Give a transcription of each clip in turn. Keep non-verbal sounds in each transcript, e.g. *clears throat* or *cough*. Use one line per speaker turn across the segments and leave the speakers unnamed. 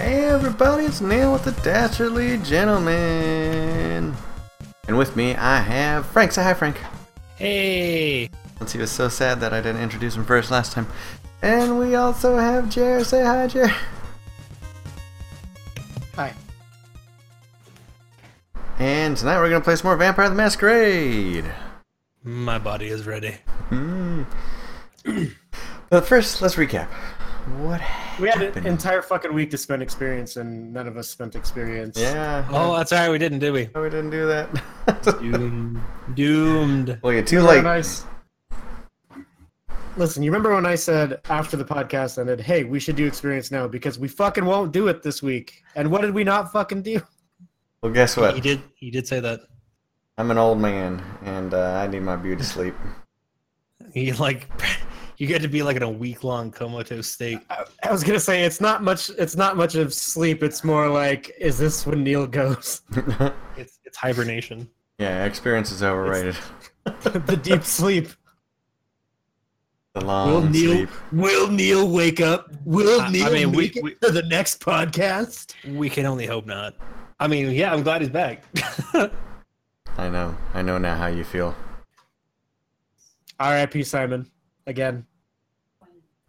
everybody, it's Neil with the Dastardly Gentleman. And with me, I have Frank. Say hi, Frank.
Hey,
Since he was so sad that I didn't introduce him first last time. And we also have Jer. Say hi, Jer.
hi.
And tonight we're going to play some more Vampire the Masquerade.
My body is ready.
Hmm. but first, let's recap. What
We had an
happened?
entire fucking week to spend experience, and none of us spent experience.
yeah.
Oh, that's all right. We didn't, did we?
no, we didn't do that.
*laughs*
*laughs*
Doomed. Doomed.
well, you're too
Remember when
late.
I s- Listen, you remember when I said after the podcast ended, "Hey, we should do experience now because we fucking won't do it this week." And what did we not fucking do? *laughs*
Well, guess what?
He did. He did say that.
I'm an old man, and uh, I need my beauty sleep. *laughs*
He like, *laughs* you get to be like in a week long comatose state.
I, I was gonna say it's not much. It's not much of sleep. It's more like, is this when Neil goes? *laughs*
It's it's hibernation.
yeah, experience is overrated.
the deep
*laughs*
sleep.
The long sleep.
Will Neil wake up? Will
I- I mean, we- we-
to the next podcast?
We can only hope not. I mean, yeah, I'm glad he's back. *laughs*
I know. I know now how you feel.
R.I.P. Simon. Again.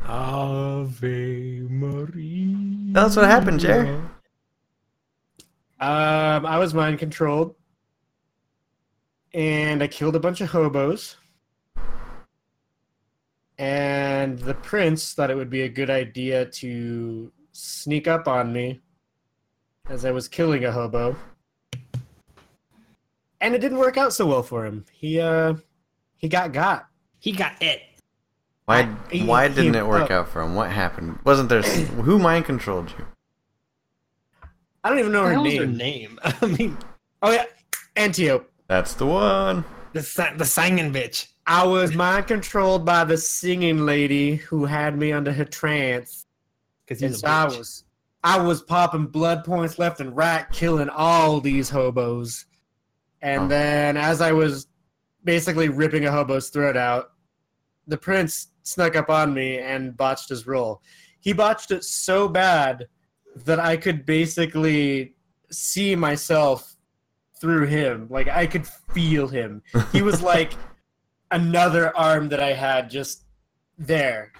Ave Maria.
That's what happened, Jer.
Um, I was mind controlled, and I killed a bunch of hobos. And the prince thought it would be a good idea to sneak up on me as I was killing a hobo. And it didn't work out so well for him. He uh, he got got.
He got it.
Why?
I-
Why
he-
didn't it work
oh.
out for him? What happened? Wasn't there?
*clears throat*
s- Who mind controlled you?
I don't even know her
What was
name.
her name? *laughs* I mean,
Oh yeah, Antiope.
That's the one.
the si- the singing bitch.
I was mind controlled by the singing lady who had me under her trance.
Because
And
he's a
so I
bitch.
was, I was popping blood points left and right, killing all these hobos. And
Oh.
then, as I was basically ripping a hobo's throat out, the prince snuck up on me and botched his roll. He botched it so bad that I could basically see myself through him. Like I could feel him. He was like another arm that I had just there.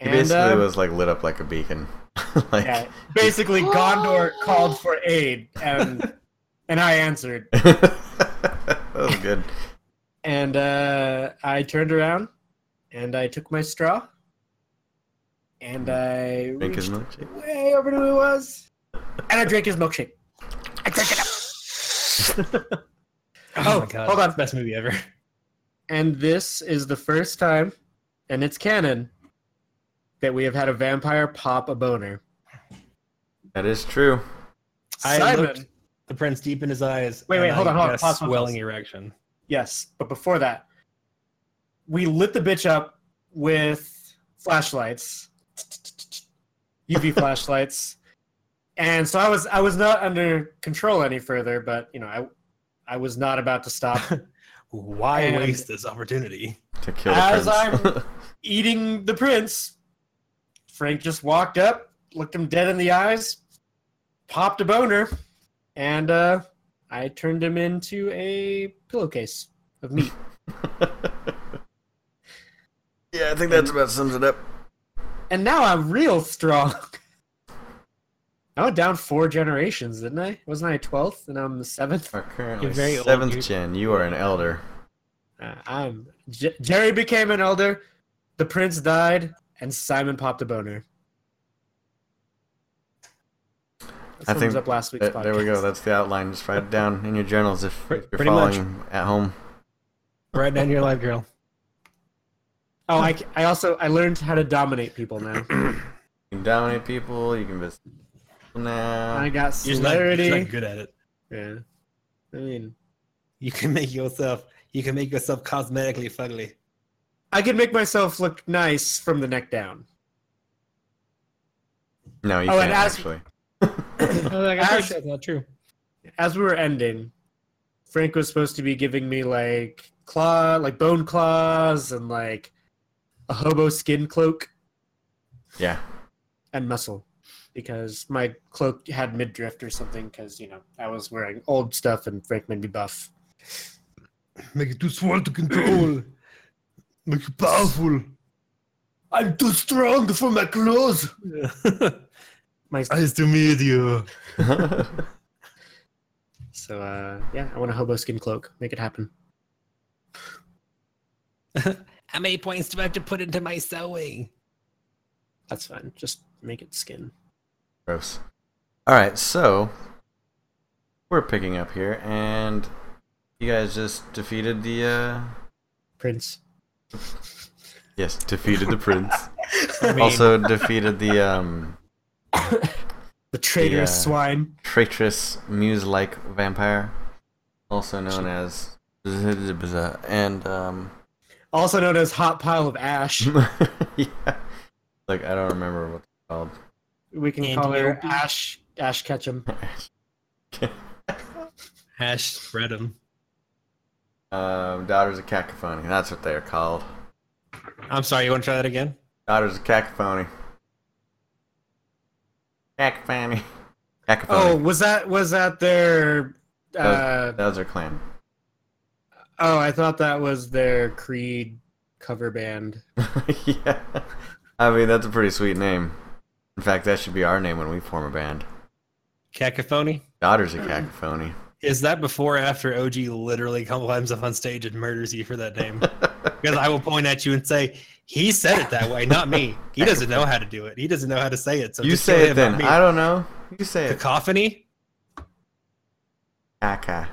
He basically
um,
was like lit up like a beacon. *laughs* like
yeah, *laughs* basically Gondor called for aid *laughs* and and I answered
that was good.
and uh, I turned around and I took my straw and I
Drink his
reached
milkshake.
way over to who it was and I drank his milkshake. I drank it up.
Oh,
Oh,
my god!
hold on.
best movie ever.
And this is the first time, and it's canon, that we have had a vampire pop a boner.
That is true.
I looked the prince deep in his eyes.
Wait, wait,
and
hold
I
on, hold on,
guessed
pause, pause,
swelling
pause.
erection.
Yes, but before that, we lit the bitch up with flashlights, UV flashlights, and so I was I was not under control any further. But you know, I I was not about to stop
Why
And-
waste this opportunity?
To kill the
As
prince.
eating the prince. Frank just walked up, looked him dead in the eyes, popped a boner, and uh, I turned him into a pillowcase of meat.
*laughs* yeah, I think that's about sums it up.
And now I'm real strong. *laughs* I went down four generations, didn't I? Wasn't I 12th and I'm the *laughs* 7th?
Are currently
You're very old,
seventh
dude.
gen. You are an elder.
Uh, I'm J- Jerry became an elder, the prince died, and Simon popped a boner. That
I
sums
think
up last week's
That- Uh, there we go.
podcast.
That's the outline. Just write it down in your journals if,
Pre-
if you're
pretty much.
following at home.
Right down your life, girl.
Oh, I, c- I also I learned how to dominate
*clears throat*
people now.
You can dominate people. You can visit people now.
I got
*laughs* You're just not, you're just
celerity.
not good at it.
Yeah, I mean,
You can make yourself. You can make yourself cosmetically fugly.
I could make myself look nice from the neck down.
No, you
Oh,
can't
and as-
actually.
Oh, like,
I'm pretty sure
not true.
as we were ending, Frank was supposed to be giving me like claw, like bone claws, and like a hobo skin cloak
Yeah.
and muscle. because my cloak had midriff or something because you know I was wearing old stuff and Frank made me buff.
Make it too small to control. Make it powerful.
I'm too strong for my clothes. My
*laughs* nice to meet you.
so uh, yeah, I want a hobo skin cloak. Make it happen.
How many points do I have to put into my sewing?
That's fine. Just make it skin.
*laughs* Gross. All right, so we're picking up here, and you guys just defeated the uh,
Prince.
yes, defeated the prince.
I
*laughs*
mean,
also defeated the um,
The traitorous
Yeah.
swine.
traitorous muse-like vampire, also known as and um,
Also known as hot pile of ash.
*laughs* yeah, like I don't remember what it's called.
We can
And
call her
Yopi.
Ash Ash Ketchum.
*laughs*
hash spread them.
Um, Daughters of Cacophony. That's what they're called.
I'm sorry. You want to try that again?
Daughters of Cacophony. Cacophony.
Oh,
Cacophony.
was that was that their? Uh,
That was their clan. *laughs*
oh, I thought that was their Creed cover band.
yeah. I mean, that's a pretty sweet name. In fact, that should be our name when we form a band.
Cacophony.
Daughters of Cacophony.
Is that before or after OG literally climbs up on stage and murders you for
*laughs*
that name? because I will point at you and say, he said it that way, not me. He doesn't know how to do it. He doesn't know how to say it. So
you
just kill
say it
him,
then.
not me.
I don't know. You say it.
Cacophony. *laughs*
Caca.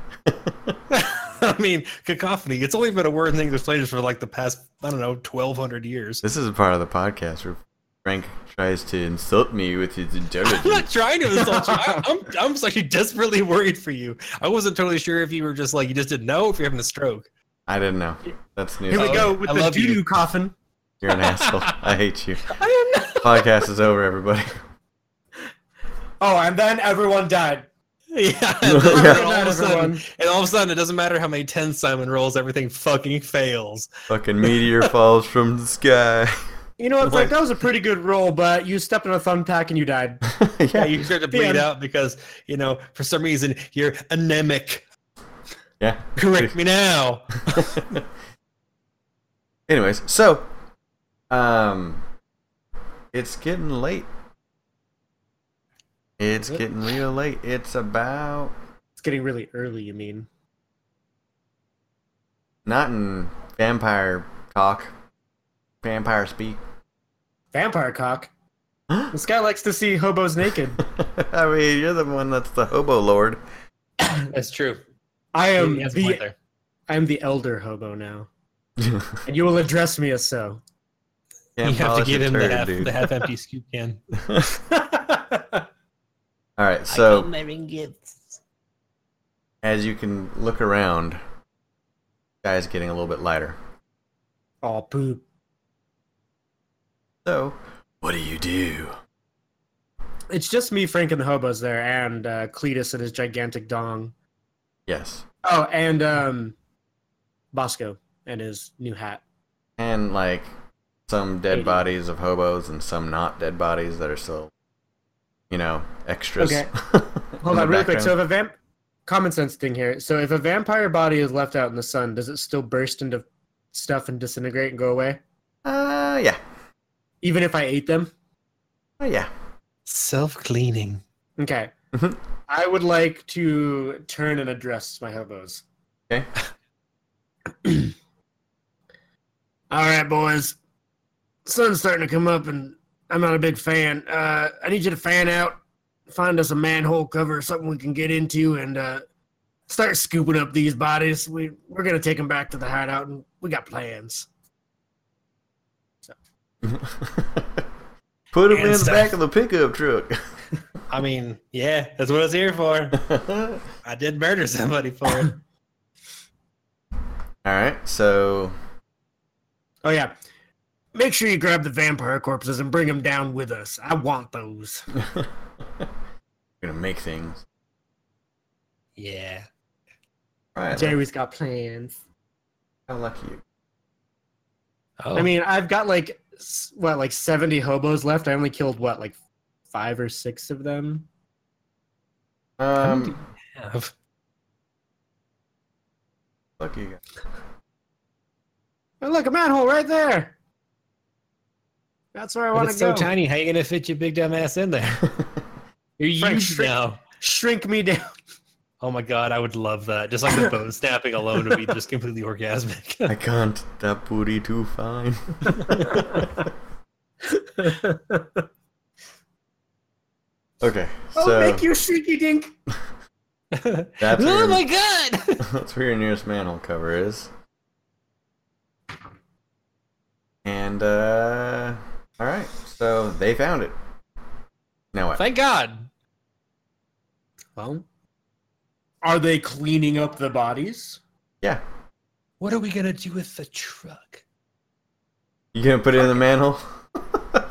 I mean, cacophony. It's only been a word in English language for like the past, I don't know, twelve hundred years.
This is a part of the podcast where Frank tries to insult me with his
I'm
intelligence.
not trying to insult you.
*laughs*
I, I'm, I'm just actually desperately worried for you. I wasn't totally sure if you were just like you just didn't know if you're having a stroke.
I didn't know. That's news.
Here we
to me.
go with
Oh, I
the
love you.
doo doo coffin.
You're an asshole. I hate you.
I didn't know.
Podcast is over, everybody. *laughs*
Oh, and then everyone *laughs* died.
*laughs* Yeah.
*laughs* Yeah.
and then
Good
all
night,
of a sudden,
everyone.
and all of a sudden, it doesn't matter how many tens Simon rolls, everything fucking fails.
Fucking meteor falls from the sky. *laughs*
You know what,
Like-
Frank? That was a pretty good roll, but you stepped on a thumbtack and you died.
yeah.
Yeah, you start to bleed
Yeah.
out because you know for some reason you're anemic.
Yeah.
Correct me now.
*laughs* Anyways, so um it's getting late. It's
Is it?
getting real late. It's about
It's getting really early. You mean?
not in vampire talk. Vampire speak. *laughs*
Vampire
*gasps*
cock. This guy likes to see hobos naked.
I mean, you're the one that's the hobo
*laughs*
lord.
That's true.
I am
Um, He has a point
the
there.
I am the elder hobo now,
you
and you will address me as so.
You have to give him the half, the half empty scoop can.
All right, so
wearing gifts.
as you can look around, sky's getting a little bit lighter.
oh poop.
So, what do you do?
It's just me, Frank, and the hobos there, and uh, Cletus and his gigantic dong.
Yes,
Oh, and um, Bosco and his new hat.
and like some dead
Eighty.
bodies of hobos and some not dead bodies that are still, you know, extras. *laughs*
Okay.
in
Hold
the
on, really quick. So
background.
if a vamp, common sense thing here. So if a vampire body is left out in the sun, does it still burst into stuff and disintegrate and go away?
uh, yeah,
Even if I ate them?
oh, yeah. *laughs*
Self cleaning.
Okay.
Mhm.
I would like to turn and address my hobos.
Okay.
*clears throat* All right, boys. Sun's starting to come up, and I'm not a big fan. Uh, I need you to fan out, find us a manhole cover, something we can get into, and uh, start scooping up these bodies. We we're gonna take them back to the hideout, and we got plans.
Put them
And
in the
stuff.
back of the pickup truck. *laughs*
I mean, yeah, that's what I was here for.
All
I did murder somebody for *laughs* it.
right, so
Oh yeah. Make sure you grab the vampire corpses and bring them down with us. I want those.
we're gonna make things.
yeah.
All right,
Jerry's got plans.
how lucky you.
Oh.
Oh. I mean, I've got like s- what, like seventy hobos left. I only killed what, like five or six of them.
do
Um,
Have.
fuck you guys.
Oh, look, a manhole right there. That's where I
But
want to
it's
go.
so tiny. How you gonna fit your big dumb ass in there? You're
Frank,
huge
shrink-
now.
Shrink me down.
Oh my god, I would love that. Just like
*laughs*
the bone snapping alone would be just completely
*laughs*
orgasmic.
I can't. That booty too
*laughs*
fine. *laughs* okay,
Oh,
so
make you shrinky dink.
*laughs*
that's where,
oh my god!
*laughs* that's where your nearest manhole cover is. And uh, all right, so they found it. Now what?
Thank God.
Well, are they cleaning up the bodies?
Yeah,
What are we gonna do with the truck?
you gonna put it in the manhole? *laughs* put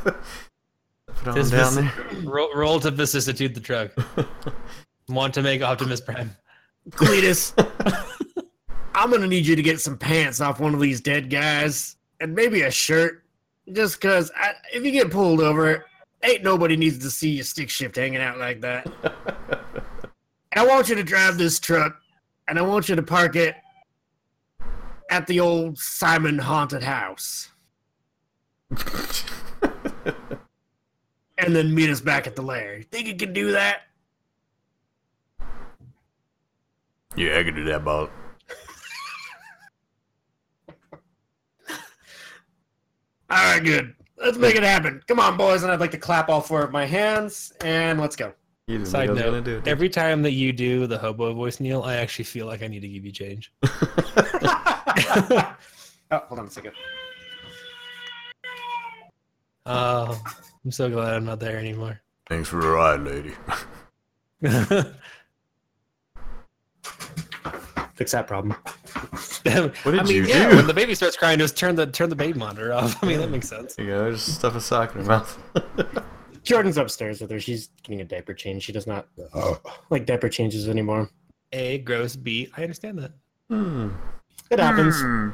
it on
This
down
vici-
there. *laughs*
Roll, roll to vicissitude the truck. Want to make Optimus Prime.
Cletus, I'm gonna need you to get some pants off one of these dead guys, and maybe a shirt, just cause I, if you get pulled over, ain't nobody needs to see you stick shift hanging out like that. And I want you to drive this truck, and I want you to park it at the old Simon haunted house, and then meet us back at the lair. You think you can do that?
yeah, I can do that, ball.
All right, good. Let's make it happen. Come on, boys, and I'd like to clap all four of my hands, and let's go.
You didn't
Side
think I was
note,
gonna do it. did
every time that you do the hobo voice, Neil, I actually feel like I need to give
*laughs*
you change. *laughs*
oh, hold on a second.
Oh, I'm so glad I'm not there anymore. *laughs*
Thanks for the ride, lady.
Damn,
Fix that problem.
What did
I mean,
you
yeah,
do?
when the baby starts crying, just turn the turn the baby monitor off. I mean, that makes sense.
*laughs* There you go. There's stuff a sock in her mouth.
Jordan's upstairs with her. She's getting a diaper change. She does not like diaper changes anymore.
A gross B. I understand that.
hmm.
It happens.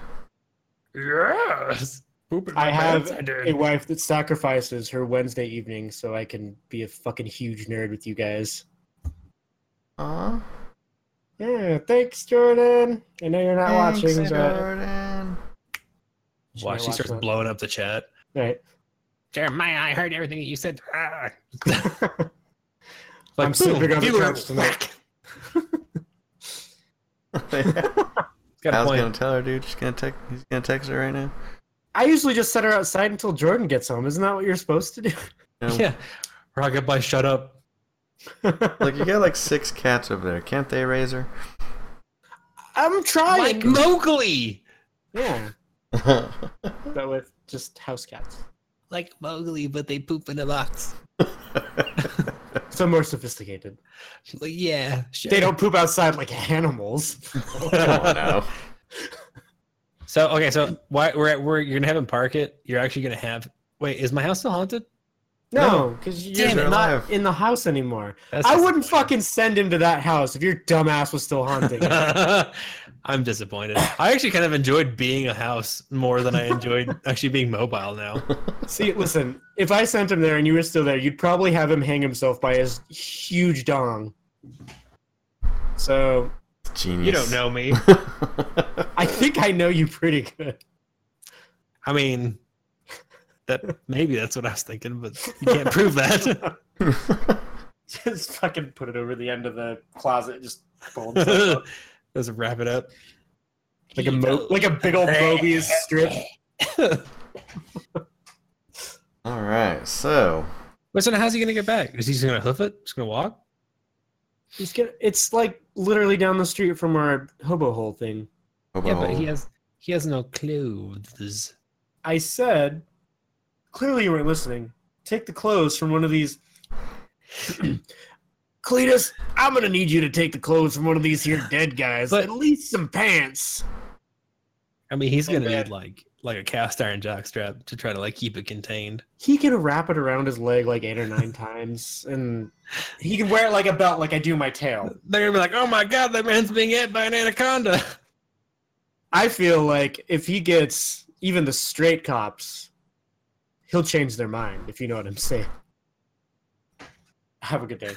Yes. Poop in
I
my
have
pants, I did.
a wife that sacrifices her Wednesday evening so I can be a fucking huge nerd with you guys.
Aw.
Yeah, thanks, Jordan. I know you're not watching,
Thanks,
but
Jordan. *laughs*
Watch, she starts blowing up the chat.
Right.
Jeremiah, I heard everything that you said. Ah.
I'm sleeping on the
viewer,
couch tonight.
whack. It's got a
I was
point.
gonna tell her, dude. She's gonna text. He's gonna text her right now.
*laughs* I usually just set her outside until Jordan gets home. Isn't that what you're supposed to do? *laughs*
gonna-
Yeah. Rocket Boy, shut up.
Like you got like six cats over there. Can't they raise
*laughs*
her?
I'm trying.
Like Mowgli.
yeah, but with just house cats.
Like Mowgli, but they poop in a box.
So more sophisticated.
Like, yeah. Sure.
They don't poop outside like animals.
no.
So okay, so why we're at, we're you're gonna have him park it. You're actually gonna have wait, is my house still haunted?
*laughs* No, because
Damn
you're
it.
not
Alive.
in the house anymore.
That's
I wouldn't
disappointing.
fucking send him to that house if your dumbass was still haunting. *laughs* it.
*laughs* I'm disappointed. I actually kind of enjoyed being a house more than I enjoyed actually being
*laughs*
mobile now.
See, listen, if I sent him there and you were still there, you'd probably have him hang himself by his huge dong. So
Genius.
You don't know me.
know.
I think I know you pretty good.
I mean, that maybe that's what I was thinking, but you can't prove that.
*laughs*
*laughs*
just fucking put it over the end of the closet. Just fold it up.
Let's wrap it up.
*laughs* like a mo- like a big *laughs* old Mobius strip.
*laughs* All right. So
Wait, so now how's he gonna get back? Is he just gonna hoof it? Just gonna walk?
He's gonna, it's like literally down the street from our hobo hole thing.
Yeah, but
oh,
he has he has no clothes.
I said, clearly you weren't listening. Take the clothes from one of these. *clears throat* Cletus, I'm gonna need you to take the clothes from one of these here dead guys.
But-
At least some pants.
I mean, he's
Oh,
gonna
man.
need like like a cast iron jockstrap to try to like keep it contained.
He can wrap it around his leg like eight or nine *laughs* times, and he can wear it like a belt, like I do my tail.
They're gonna be like, "Oh my god, that man's being hit by an anaconda." *laughs*
I feel like if he gets even the straight cops, he'll change their mind, if you know what I'm saying. Have a good
*laughs*
day.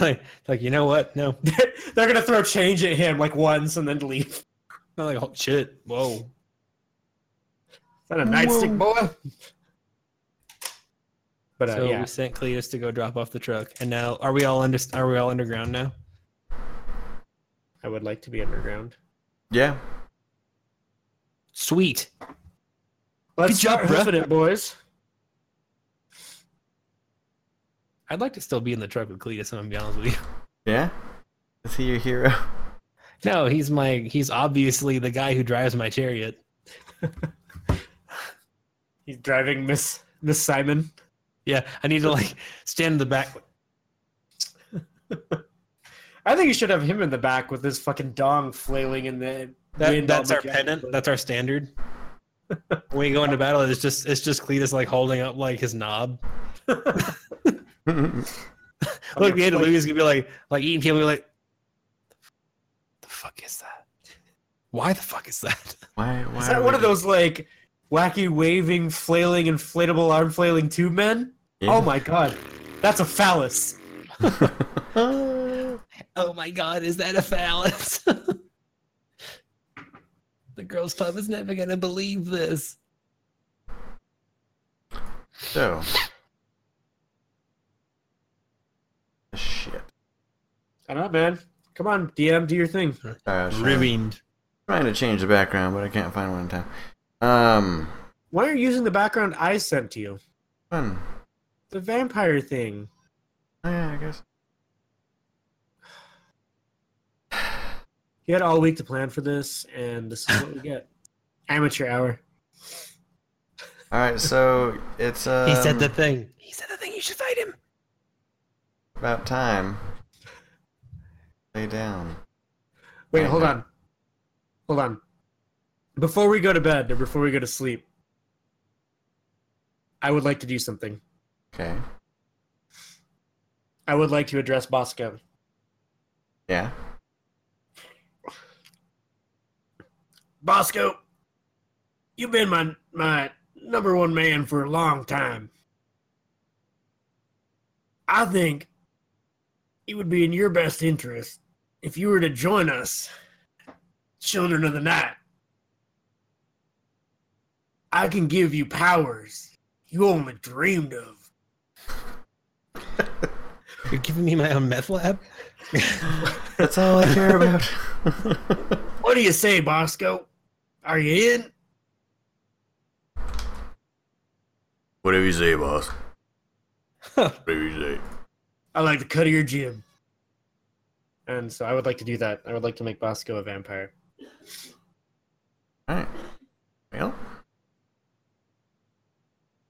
like, like, you know what? No. *laughs*
They're gonna throw change at him like once and then leave.
Not like, oh, shit. Whoa.
Is that a nightstick, boy? But uh,
so
yeah,
we sent Cletus to go drop off the truck, and now are we all under? Are we all underground now?
I would like to be underground.
Yeah.
Sweet.
Let's
Good job,
start
bruh.
hoofing it, boys.
I'd like to still be in the truck with Cletus. I'm gonna be honest with you. *laughs*
Yeah? Is he your hero? *laughs*
No, he's my. He's obviously the guy who drives my chariot.
He's driving Miss Miss Simon.
Yeah, I need to like stand in the back.
I think you should have him in the back with his fucking dong flailing in the.
That,
wind
that's
all
our pennant.
mechanically.
That's our standard. when you go into battle, it's just it's just Cletus like holding up like his knob. Look, the end of Louis is gonna be like like eating people. Be like, the fuck is that? Why the fuck is that? *laughs*
why, why
Is that
would
one of
you-
those like wacky waving, flailing, inflatable arm flailing tube men?
Yeah.
Oh my god, that's a phallus.
oh my god, is that a phallus? *laughs* the girls' club is never gonna believe this.
*laughs* So. Oh, Shit.
I don't know, man. Come on, DM, do your thing.
Sorry, I was trying,
Ruined.
Uh, trying to change the background, but I can't find one in time. Um,
Why aren't you using the background I sent to you?
fun.
The vampire thing.
Oh, yeah, I guess.
You had all week to plan for this, and this is
*laughs*
what we get. Amateur hour.
All right, so it's um,
He said the thing. He said the thing. You should fight him.
about time. Lay down.
Wait, hold on. Hold on. Before we go to bed or before we go to sleep, I would like to do something.
Okay.
I would like to address Bosco.
Yeah.
Bosco, you've been my my number one man for a long time. I think it would be in your best interest if you were to join us, children of the night. I can give you powers you only dreamed of.
You're giving me my own meth lab.
That's all I care about. *laughs*
What do you say, Bosco? Are you in?
Whatever you say, boss.
Huh.
Whatever you say.
I like the cut of your gym. And so I would like to do that. I would like to make Bosco a vampire.
All right. Well,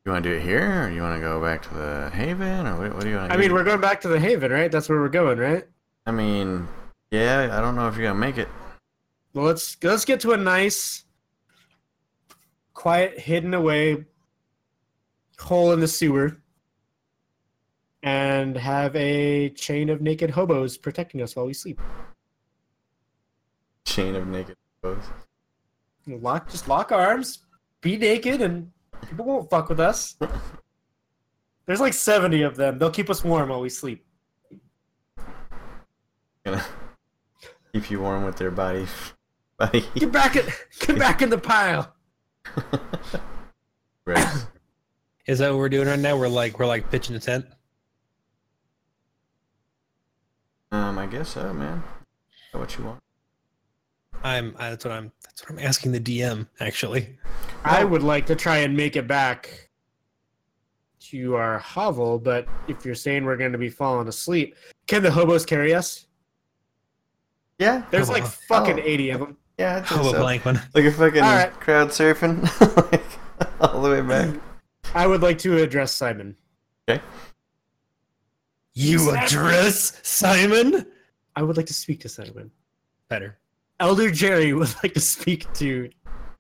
you want to do it here, or you want to go back to the Haven, or what, what do you want to?
I mean, we're going back to the Haven, right? That's where we're going, right?
I mean, yeah. I don't know if you're gonna make it. *laughs*
Well, let's let's get to a nice, quiet, hidden away hole in the sewer, and have a chain of naked hobos protecting us while we sleep.
Chain of naked bows.
Lock, just lock arms, be naked, and people won't fuck with us. There's like seventy of them. They'll keep us warm while we sleep.
Gonna keep you warm with their body. *laughs* Body. heat.
Get back in, *laughs* get back in the pile.
Right.
Is that what we're doing right now? We're like we're like pitching a tent.
Um, I guess so, man. Is that What you want?
I'm. I, that's what I'm. That's what I'm asking the DM. Actually,
I would like to try and make it back to our hovel, but if you're saying we're going to be falling asleep, can the hobos carry us?
Yeah,
There's like fucking
Oh.
80 of them.
yeah. I'd say
oh, a
so.
blank one.
Like a fucking
All right.
crowd surfing, *laughs* like all the way back.
I would like to address Simon.
You
Simon.
address Simon.
I would like to speak to Simon.
Better.
Elder Jerry would *laughs* like to speak to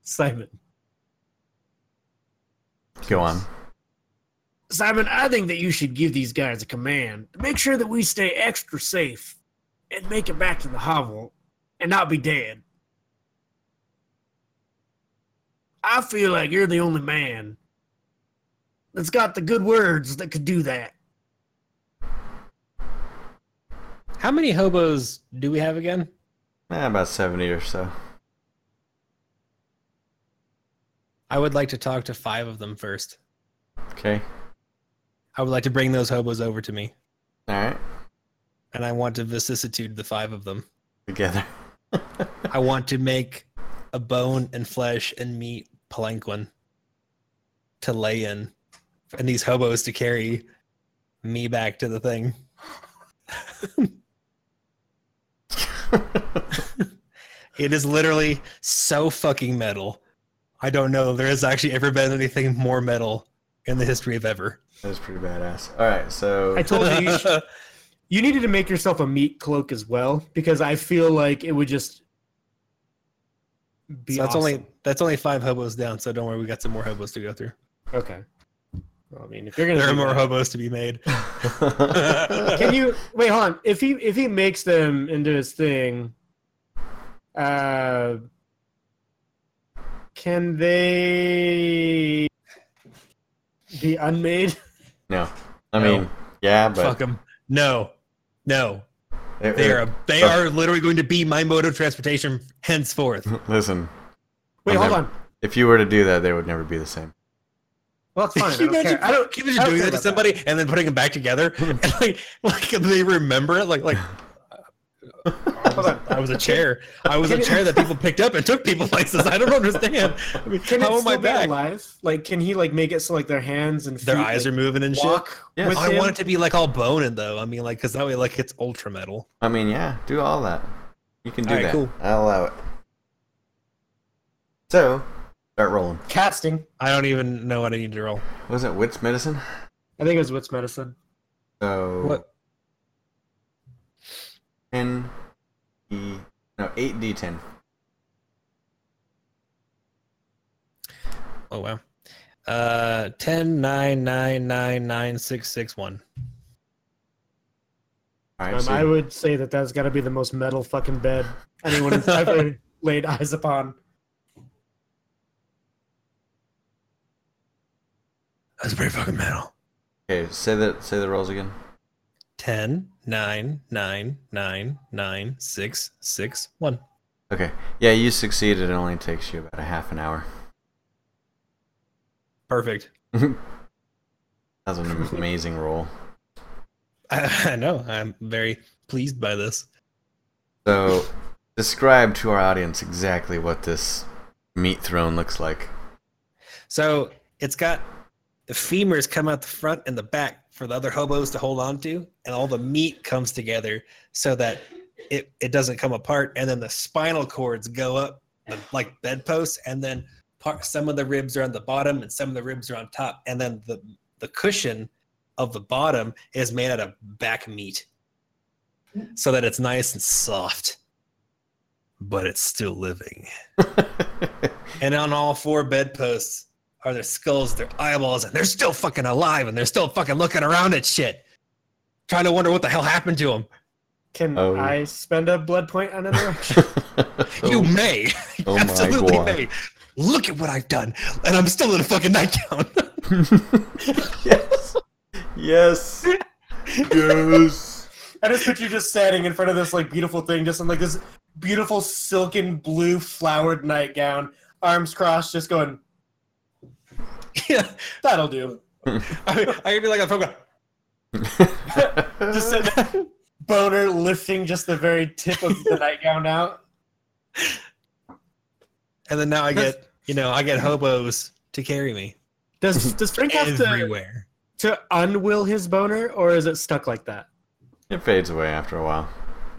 Simon.
Go on.
Simon, I think that you should give these guys a command. to Make sure that we stay extra safe and make it back to the hovel and not be dead. I feel like you're the only man that's got the good words that could do that.
How many hobos do we have again?
Eh, about 70 or so.
I would like to talk to five of them first.
Okay.
I would like to bring those hobos over to me,
All right.
and I want to vicissitude the five of them.
Together. *laughs*
I want to make a bone and flesh and meat palanquin to lay in, and these hobos to carry me back to the thing. It is literally so fucking metal. I don't know. There has actually ever been anything more metal in the history of ever.
That's pretty badass. All right. So
I told
*laughs*
you you, sh- you needed to make yourself a meat cloak as well because I feel like it would just be
So that's
awesome.
only that's only five hobos down. So don't worry, we got some more hobos to
*laughs*
go through.
okay. Well, I mean, if you're gonna
There are
do
more
that-
hobos to
*laughs*
be made. *laughs*
Can *laughs* you wait? Hold on. If he if he makes them into his thing, uh, can they be unmade? *laughs*
no. *laughs* I mean, yeah, but
Fuck them. No, no,
it-
they are
it-
they
Fuck.
are literally going to be my mode of transportation henceforth.
*laughs* listen.
Wait,
I'm
hold
never-
on.
If you were to do that, they would never be the same.
Well, it's fine. *laughs* I
Can *laughs* you
don't care.
imagine,
I don't.
can you imagine
I don't
doing
care
that to
about
somebody and then putting them
*laughs*
back together? and like, like they remember it. Like, like I was, a- I was *laughs* a chair. I was a chair that *laughs* people picked up and took people places. I don't *laughs* understand. I mean,
Can it
how
still
am I
be
back?
alive? Like, can he like make it so like their hands and
Their
feet,
eyes are
like,
moving and shit.
walk
Yes.
with
I
him?
want it to be like all bone in though. I mean, like, cause that way, like, it's ultra metal.
I mean, yeah, do all that. You can do
All right,
that.
cool.
I'll allow it. So, start rolling.
casting.
I don't even know what I need to roll.
Was it witch medicine?
I think it was what's medicine.
So
What?
ten d no eight d ten.
Oh wow. Uh, ten nine nine nine nine six six one.
All right,
Um,
so
I would say that that's got to be the most metal fucking bed anyone
*laughs*
has ever laid eyes upon.
That's pretty fucking metal.
okay. Say the say the rolls again.
10 9 9 9 9 6 6 1
Okay. Yeah, you succeeded. It only takes you about a half an hour.
perfect
That's
*laughs*
an amazing roll.
*laughs* I, I know i'm very pleased by this
So, describe to our audience exactly what this meat throne looks
*laughs*
like.
so it's got the femurs come out the front and the back for the other hobos to hold on to and all the meat comes together so that it, it doesn't come apart and then the spinal cords go up the- like bedposts and then part, some of the ribs are on the bottom and some of the ribs are on top and then the the cushion of the bottom is made out of back meat so that it's nice and soft but it's still living and on all four bedposts are their skulls their eyeballs and they're still fucking alive and they're still fucking looking around at shit trying to wonder what the hell happened to them
Can
Oh.
I spend a blood point on another?
*laughs*
action? *laughs*
You may.
*laughs* Oh my
Absolutely
God.
may. Look at what I've done. And I'm still in a fucking nightgown.
*laughs*
*laughs*
yes. Yes. Yes.
I *laughs* just picture you just standing in front of this like beautiful thing, just in like this beautiful silken blue flowered nightgown, arms crossed, just going.
yeah.
That'll do.
I, I be like a fucking
Just sitting there, *laughs* boner lifting just the very tip of the nightgown out.
And then now I get, you know, I get hobos to carry me
Does does Frank have to,
everywhere.
to unwill his boner, or is it stuck like that?
*laughs* It fades away after a while.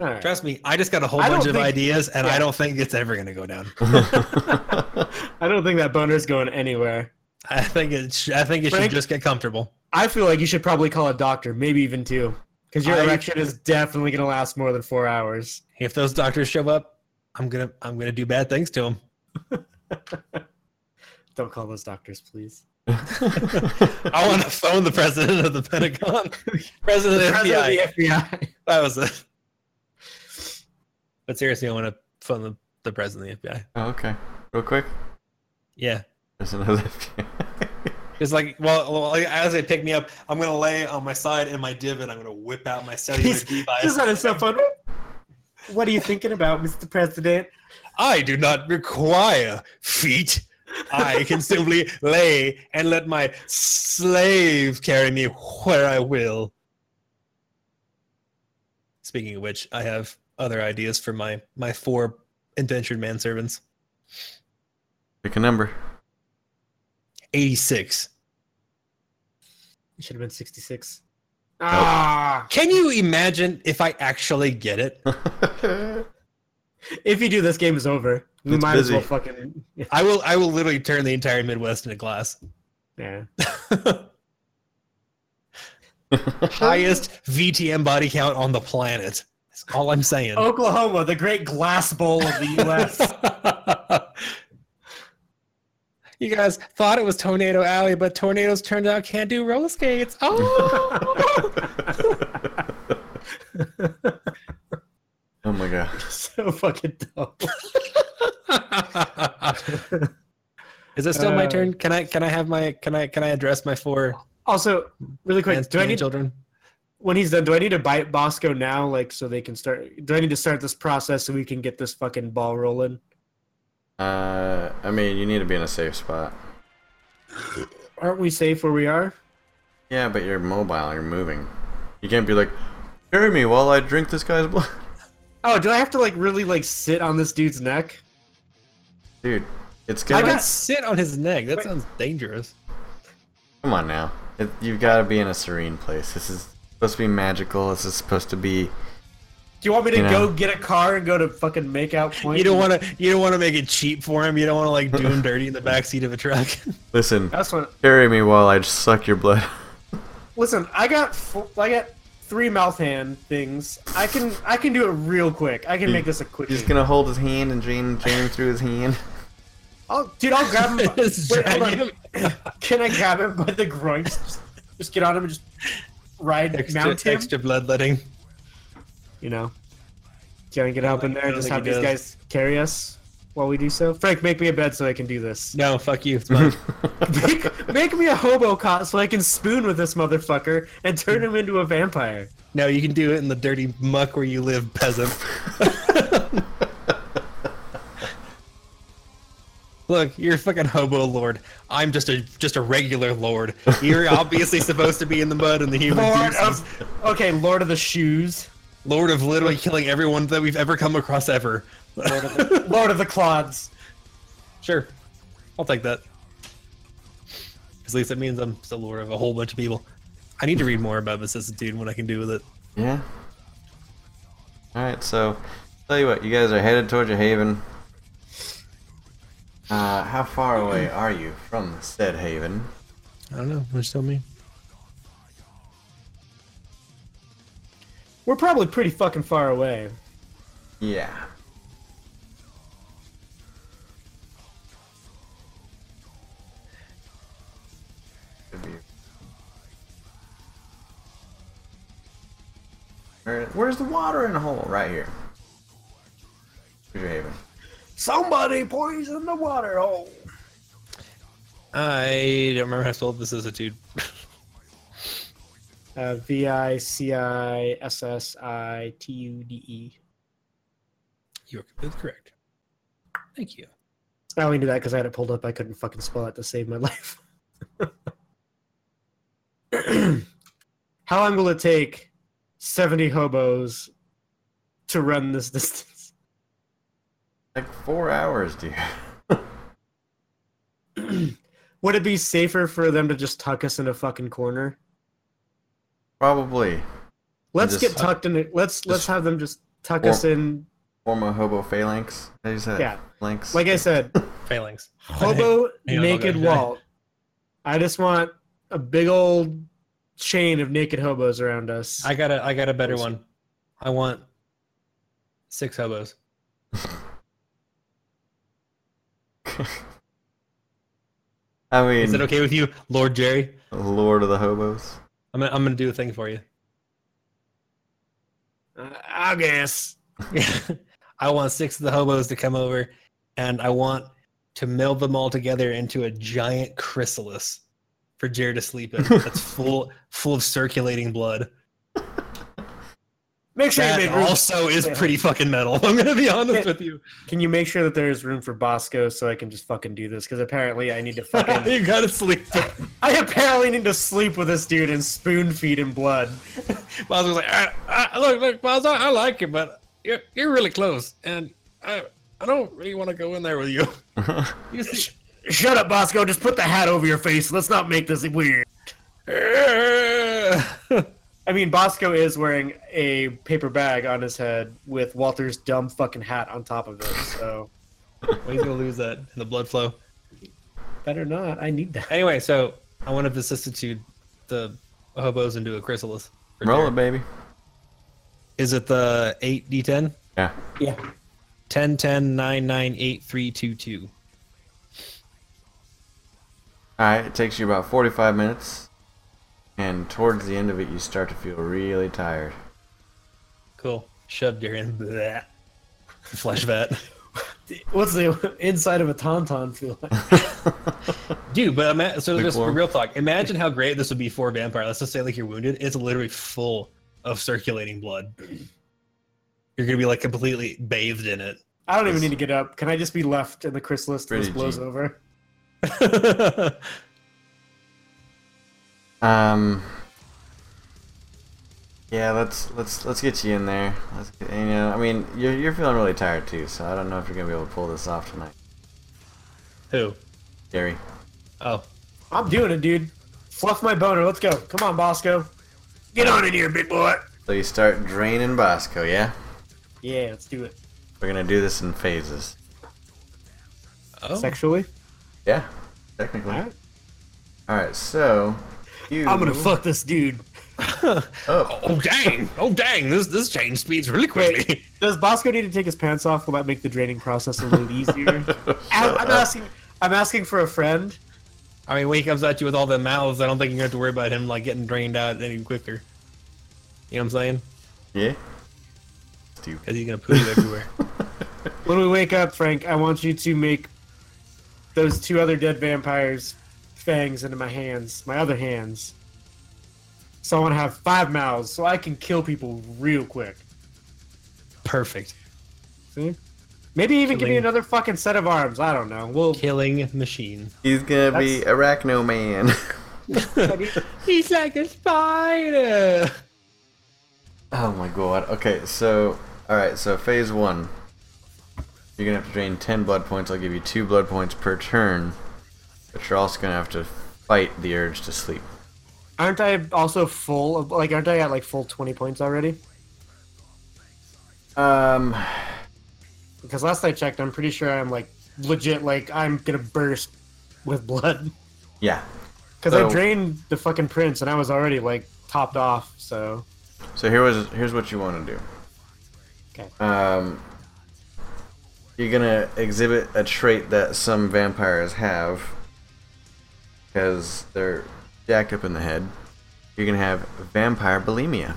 All right.
Trust me, I just got a whole
I don't
bunch of
think-
ideas and
yeah.
I don't think it's ever going to go down. *laughs*
Oh,
I don't think that boner's going anywhere.
I think it sh- I think it
Frank-
should just get comfortable.
I feel like you should probably call a doctor, maybe even two, because your
I-
erection is definitely going to last more than four hours.
If those doctors show up, I'm going to I'm going to do bad things to them.
Don't call those doctors, please.
I want *laughs* to phone the president of the *laughs* Pentagon. president of the
President of
FBI.
the FBI.
That was a. *laughs* But seriously, I want to phone the, the president of the FBI.
okay. Real quick.
Yeah.
There's another.
It's like, well, well, like, as they pick me up, I'm gonna lay on my side in my div, and I'm gonna whip out my cellular
He's- Just
device.
had so fun. What are you thinking about, Mr. President?
I do not require feet. I can simply lay and let my slave carry me where I will. Speaking of which, I have other ideas for my my four indentured manservants.
*laughs* Pick a
*laughs*
number.
Eighty six.
It should have been 66. Ah!
Can you imagine if I actually get it?
Oh, That's
If you do, this game is over. We
It's
might as well
busy.
fucking.
I will. I will literally turn the entire Midwest into glass.
Yeah.
Highest VTM body count on the planet. That's all I'm
*laughs*
saying.
Oklahoma, the great glass bowl of the U.S.
*laughs* you guys thought it was Tornado Alley, but tornadoes turned out can't do roller skates.
*laughs*
Oh,
oh my god.
*laughs* so fucking dumb.
is it still my
Uh,
turn? Can I can I have my can I can I address my four
Also, really quick,
trans-
do I need
children?
when he's done? Do I need to bite Bosco now, like so they can start? Do I need to start this process so we can get this fucking ball rolling?
Uh, I mean, you need to be in a safe spot.
Aren't we safe where we are?
Yeah, but you're mobile. You're moving. You can't be like, carry me while I drink this guy's blood. *laughs*
Oh, do I have to like really like sit on this dude's neck?
Dude, it's
I
gonna.
got sit on his neck. That
Wait.
sounds dangerous.
Come on now. It, you've got to be in a serene place. This is supposed to be magical. This is supposed to be.
Do you want me to
You know.
go get a car and go to fucking make out point?
You don't want to. You don't want to make it cheap for him. You don't want to like do
*laughs*
him dirty in the backseat of a truck.
Listen,
That's what.
carry me while I suck your blood.
Listen, I got fo- I got three mouth hand things. I can I can do it real quick. I can
You-
make this a quick.
Hmm. He's
game.
gonna hold his hand and drain, drain through his hand.
I'll, dude, I'll grab
*laughs*
him.
*laughs*
by-
Just
Wait,
drag
hold on. *laughs*
him.
Can I grab him by the groin? Just, just get on him and just ride,
Extra,
mount him.
extra bloodletting.
You know, can I get up in there and
I
just have
think he
these
does.
guys carry us while we do so? Frank, make me a bed so I can do this.
No, fuck you.
*laughs*
It's mine.
make, make me a hobo cot so I can spoon with this motherfucker and
Hmm.
turn him into a vampire.
no, you can do it in the dirty muck where you live, peasant. *laughs* Look, you're a fucking hobo lord. I'm just a just a regular lord. You're
*laughs*
obviously supposed to be in the mud and the human
Lord
deuces.
of, okay, Lord of the Shoes,
lord of literally killing everyone that we've ever come across ever. *laughs*
Lord of the Clods.
Sure. I'll take that. 'Cause at least that means I'm still lord of a whole bunch of people. I need to read more about vicissitude and what I can do with it.
Yeah. All right, so tell you what, you guys are headed towards your haven. Uh, how far away are you from said haven?
I don't know. Just tell me.
We're probably pretty fucking far away.
Yeah. Could be- Where- Where's the watering hole? Right here. Where's your haven?
Somebody poison the water hole.
I don't remember how to spell vicissitude.
Uh, v i c i s s i t u d e.
You're completely correct. Thank you.
I only knew that because I had it pulled up. I couldn't fucking spell it to save my *laughs* life. *clears throat* How long will it take 70 hobos to run this *laughs* distance? *clears throat*
Like four hours, dude. *laughs*
Would it be safer for them to just tuck us in a fucking corner?
Probably.
Let's
just-
get tucked in. it. Let's let's have them just tuck us
Or-
in.
Form a hobo phalanx. How do you say that?
Yeah.
Phalanx.
Like I said,
Phalanx.
hobo
hang on, I'll
naked
go.
wall. I just want a big old chain of naked hobos around us.
I got a I got a better
Awesome.
one. I want six hobos.
I mean,
Is it okay with you, Lord Jerry?
Lord of the Hobos.
I'm gonna, I'm gonna do a thing for you.
Uh, I guess.
I want six of the hobos to come over, and I want to meld them all together into a giant chrysalis. for Jared to sleep in. That's full full of circulating blood.
Make sure
That
you make room.
also is pretty fucking metal. I'm gonna be honest with you. *laughs*
Can you make sure that there's room for Bosco so I can just fucking do this? Because apparently I need to
*laughs*
fucking.
you gotta sleep.
I apparently need to sleep with this dude and spoon feed him blood.
Miles was like, I, I, look, look, Miles, I, I like you, but you're, you're really close, and I I don't really want to go in there with you. You *laughs* s-
Shut up, Bosco. Just put the hat over your face. Let's not make this weird. I mean, Bosco is wearing a paper bag on his head with Walter's dumb fucking hat on top of it. So
Well, he's gonna lose that in the blood flow.
better not. I need that.
Anyway, so I want to vicissitude the hobos into a chrysalis. for
Roll
Jared.
it, baby.
Is it the 8d10?
Yeah.
Yeah.
10, 10, 9, 9, 8, 3, 2, 2.
All right. It takes you about 45 minutes, and towards the end of it, you start to feel really tired.
Cool. Shoved your in. *laughs* Bleh. Flesh vat.
What's the *laughs* inside of a tauntaun feel like?
Dude, but ima- so
Big
just
worm.
real talk. Imagine how great this would be for a vampire. Let's just say like you're wounded. It's literally full of circulating blood. You're gonna be like completely bathed in it. *laughs*
I don't even need to get up. Can I just be left in the chrysalis till this
Pretty
blows
deep.
over?
Um. Yeah, let's let's let's get you in there. Let's get, you know, I mean, you're you're feeling really tired too, so I don't know if you're gonna be able to pull this off tonight,
Who?
Gary.
Oh,
I'm doing it, dude. Fluff my boner. Let's go. Come on, Bosco. Get on in here, big boy.
So you start draining Bosco, yeah?
Yeah, let's do it.
We're gonna do this in phases.
oh.
Sexually?
Yeah, technically.
Alright.
All right, so you.
I'm gonna fuck this dude.
*laughs* Oh,
*laughs* oh dang! Oh dang! This this change speeds really quickly.
Does Bosco need to take his pants off? Will that make the draining process a
*laughs*
little easier? I'm, I'm asking. I'm asking for a friend.
*laughs* I mean, when he comes at you with all the mouths, I don't think you have to worry about him like getting drained out any quicker. You know what I'm saying?
yeah. Stupid.
Because he's gonna poo you everywhere.
When we wake up, Frank, I want you to make those two other dead vampires' fangs into my hands, my other hands. So I want to have five mouths, so I can kill people real quick.
Perfect.
See? Maybe even give me
Killing.
another fucking set of arms. I don't know. We'll.
Killing machine.
He's gonna be
That's-
Arachno Man. *laughs*
He's like a spider.
oh my god. Okay, so all right, so phase one. You're gonna have to drain ten blood points. I'll give you two blood points per turn, but you're also gonna have to fight the urge to sleep.
Aren't I also full of like? Aren't I at like full twenty points already?
Um,
Because last I checked, I'm pretty sure I'm like legit. Like I'm gonna burst with blood. *laughs*
yeah.
Because
So-
I drained the fucking prince and I was already like topped off, so
So here was here's what you want to do.
Okay.
Um, you're gonna exhibit a trait that some vampires have, because they're jacked up in the head. You're gonna have vampire bulimia,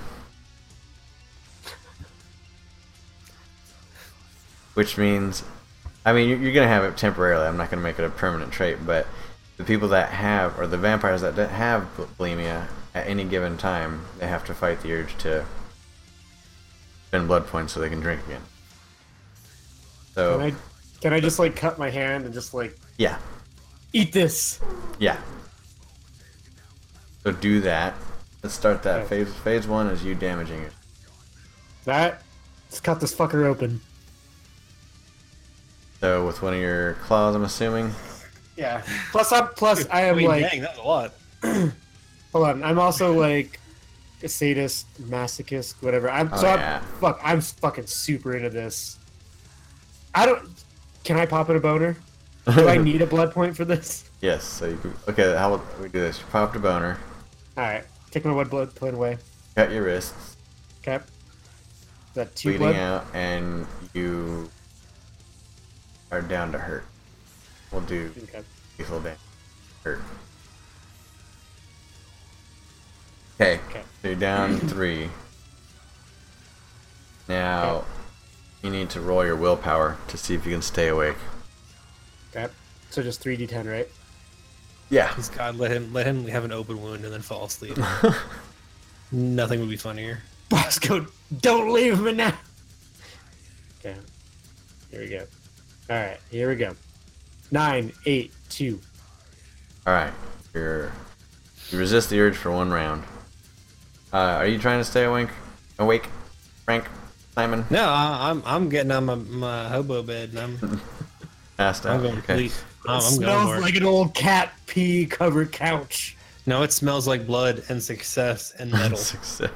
which means, I mean, you're- you're gonna have it temporarily. I'm not gonna make it a permanent trait, but the people that have, or the vampires that don't have bul- bulimia at any given time, they have to fight the urge to spend blood points so they can drink again. So
can I can I just like cut my hand and just like
yeah,
eat this?
yeah. So do that. Let's start that
Okay.
phase. Phase one is you damaging it.
That let's cut this fucker open.
So with one of your claws, I'm assuming.
Yeah. Plus I'm plus I
I
am
mean,
like
dang, that's a lot.
hold on, I'm also like a sadist, masochist, whatever. I'm
Oh,
so
yeah.
I'm fuck I'm fucking super into this. I don't can I pop in a boner? *laughs*
*laughs*
Do I need a blood point for this?
yes. So you can, okay. How about we do this? You popped a boner.
Alright. Take my one blood point away.
Cut your wrists,
Okay. Is that two
bleeding
blood?
out, and you are down to hurt. We'll do
Okay.
lethal damage. Hurt. Okay.
Okay.
So you're
*clears throat*
down three. Now, you need to roll your willpower to see if you can stay awake.
Okay. So just 3d10, right?
Yeah.
Please God, let him let him have an open wound and then fall *laughs* asleep. Nothing would be funnier.
Bosco, don't leave me now. Okay. Here we go. All right, here we go. Nine, eight, two.
All right. You're, you resist the urge for one round. Uh, are you trying to stay awake? Awake, Frank, Simon.
No, I, I'm I'm getting on my, my hobo bed and I'm
Passed out.
I'm going to
okay.
sleep. Oh, I'm, I'm going
smells
for it.
like an old cat pee covered couch
No, it smells like blood and success *laughs* and
*laughs*
metal.
Success.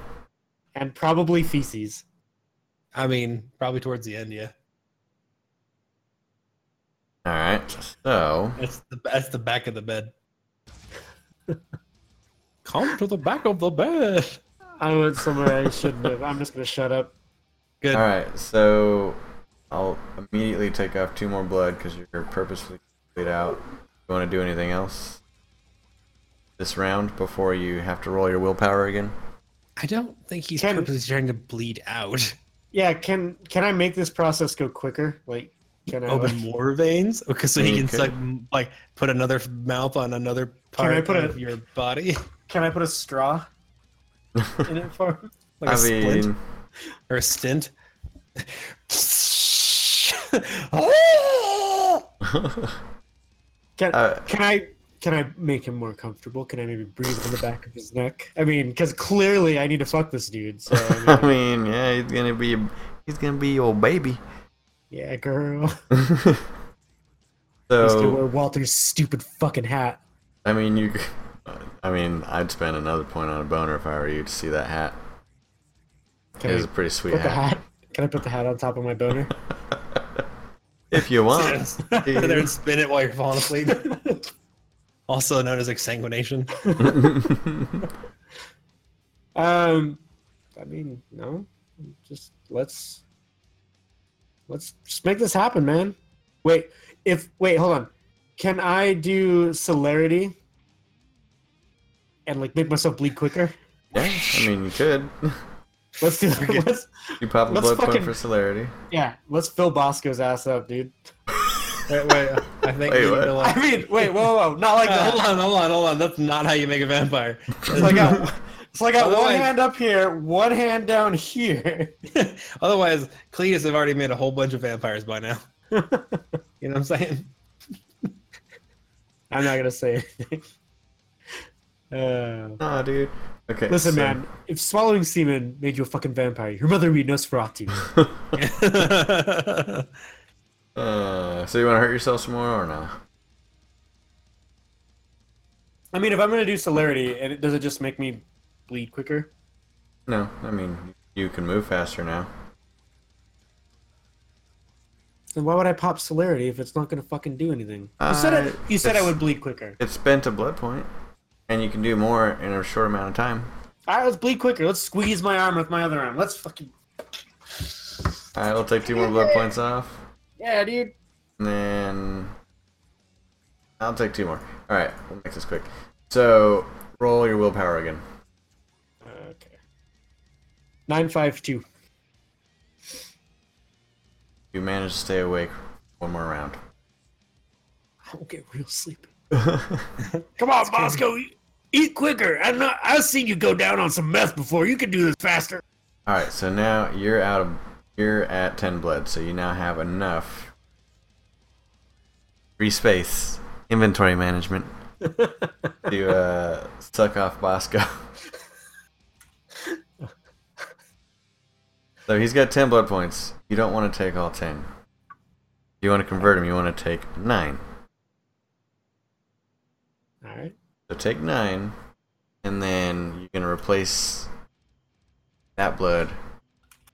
and probably feces.
I mean, probably towards the end, yeah.
All right. So
That's the that's the back of the bed. *laughs* Come to the back of the bed.
I went somewhere I shouldn't have. I'm just gonna shut up.
Good.
all right. So I'll immediately take off two more blood because you're purposefully bleed out. You want to do anything else this round before you have to roll your willpower again?
I don't think he's
Can-
purposely trying to bleed out.
Yeah, can can I make this process go quicker? Like, can I
Open
like-
more veins, okay, so he can
Okay.
suck, like put another mouth on another part
I put
of
a-
your body,
*laughs*
*laughs*
can I put a straw in it for him?
like a
I mean,
splint or a
*laughs*
stint.
*laughs*
Can,
Uh,
can I can I make him more comfortable? Can I maybe breathe on the back of his neck? I mean, because clearly I need to fuck this dude. So I
*laughs* I
mean,
mean, yeah, he's gonna be he's gonna be your baby. *laughs*
yeah, girl. He's gonna wear
so
Walter's stupid fucking hat.
I mean, you. I mean, I'd spend another point on a boner if I were you to see that hat. It
Can
is a
I
pretty sweet
put the
hat.
hat? Can I put the hat on top of my boner?
If you *laughs*
*laughs*
want.
Sit there and spin it while you're falling asleep. *laughs* also known as exsanguination.
Um, I mean, no, just let's let's just make this happen, man. Wait, if wait, hold on. Can I do celerity and like make myself bleed quicker?
Yeah, I mean, you could.
Let's do that. Let's,
You pop a
Let's
blood
fucking-
point for celerity.
yeah, let's fill Bosco's ass up, dude.
Wait, wait, I think
Wait,
you need
what?
to like.
I mean, wait, whoa, whoa, whoa, not like
Uh,
that. *laughs*
hold on, hold on, hold on. That's not how you make a vampire.
So I got, so I got
By the
one
way-
hand up here, one hand down *laughs* here.
*laughs* Otherwise, Cletus have already made a whole bunch of vampires by now. you know what I'm saying?
I'm not gonna say anything. Uh,
Nah, dude. Okay.
Listen,
so-
man, if swallowing semen made you a fucking vampire, your mother would be *laughs* Nosferatu.
*laughs*
Uh, so you want to hurt yourself some more or not?
I mean, if I'm gonna do celerity, and it does it just make me bleed quicker?
No, I mean you can move faster now.
Then why would I pop celerity if it's not gonna fucking do anything? You said
Uh,
I, you said I
it's-
would bleed quicker.
It's spent a blood point, and you can do more in a short amount of time.
All right, let's bleed quicker. Let's squeeze my arm with my other arm. Let's fucking
I will take two more blood points off,
yeah, dude.
and then I'll take two more. All right, we'll make this quick. So roll your willpower again.
Okay. Nine five two.
You manage to stay awake one more
*laughs*
round.
I will get real sleepy. Come on, Bosco. Eat quicker. I'm not, I've seen you go down on some meth before. You can do this faster.
All right, so now you're out of you're at ten blood, so you now have enough free space inventory management to uh, suck off Bosco. *laughs* so he's got ten blood points. You don't want to take all ten. You want to convert him. You want to take nine.
All right.
So take nine, and then you're gonna replace that blood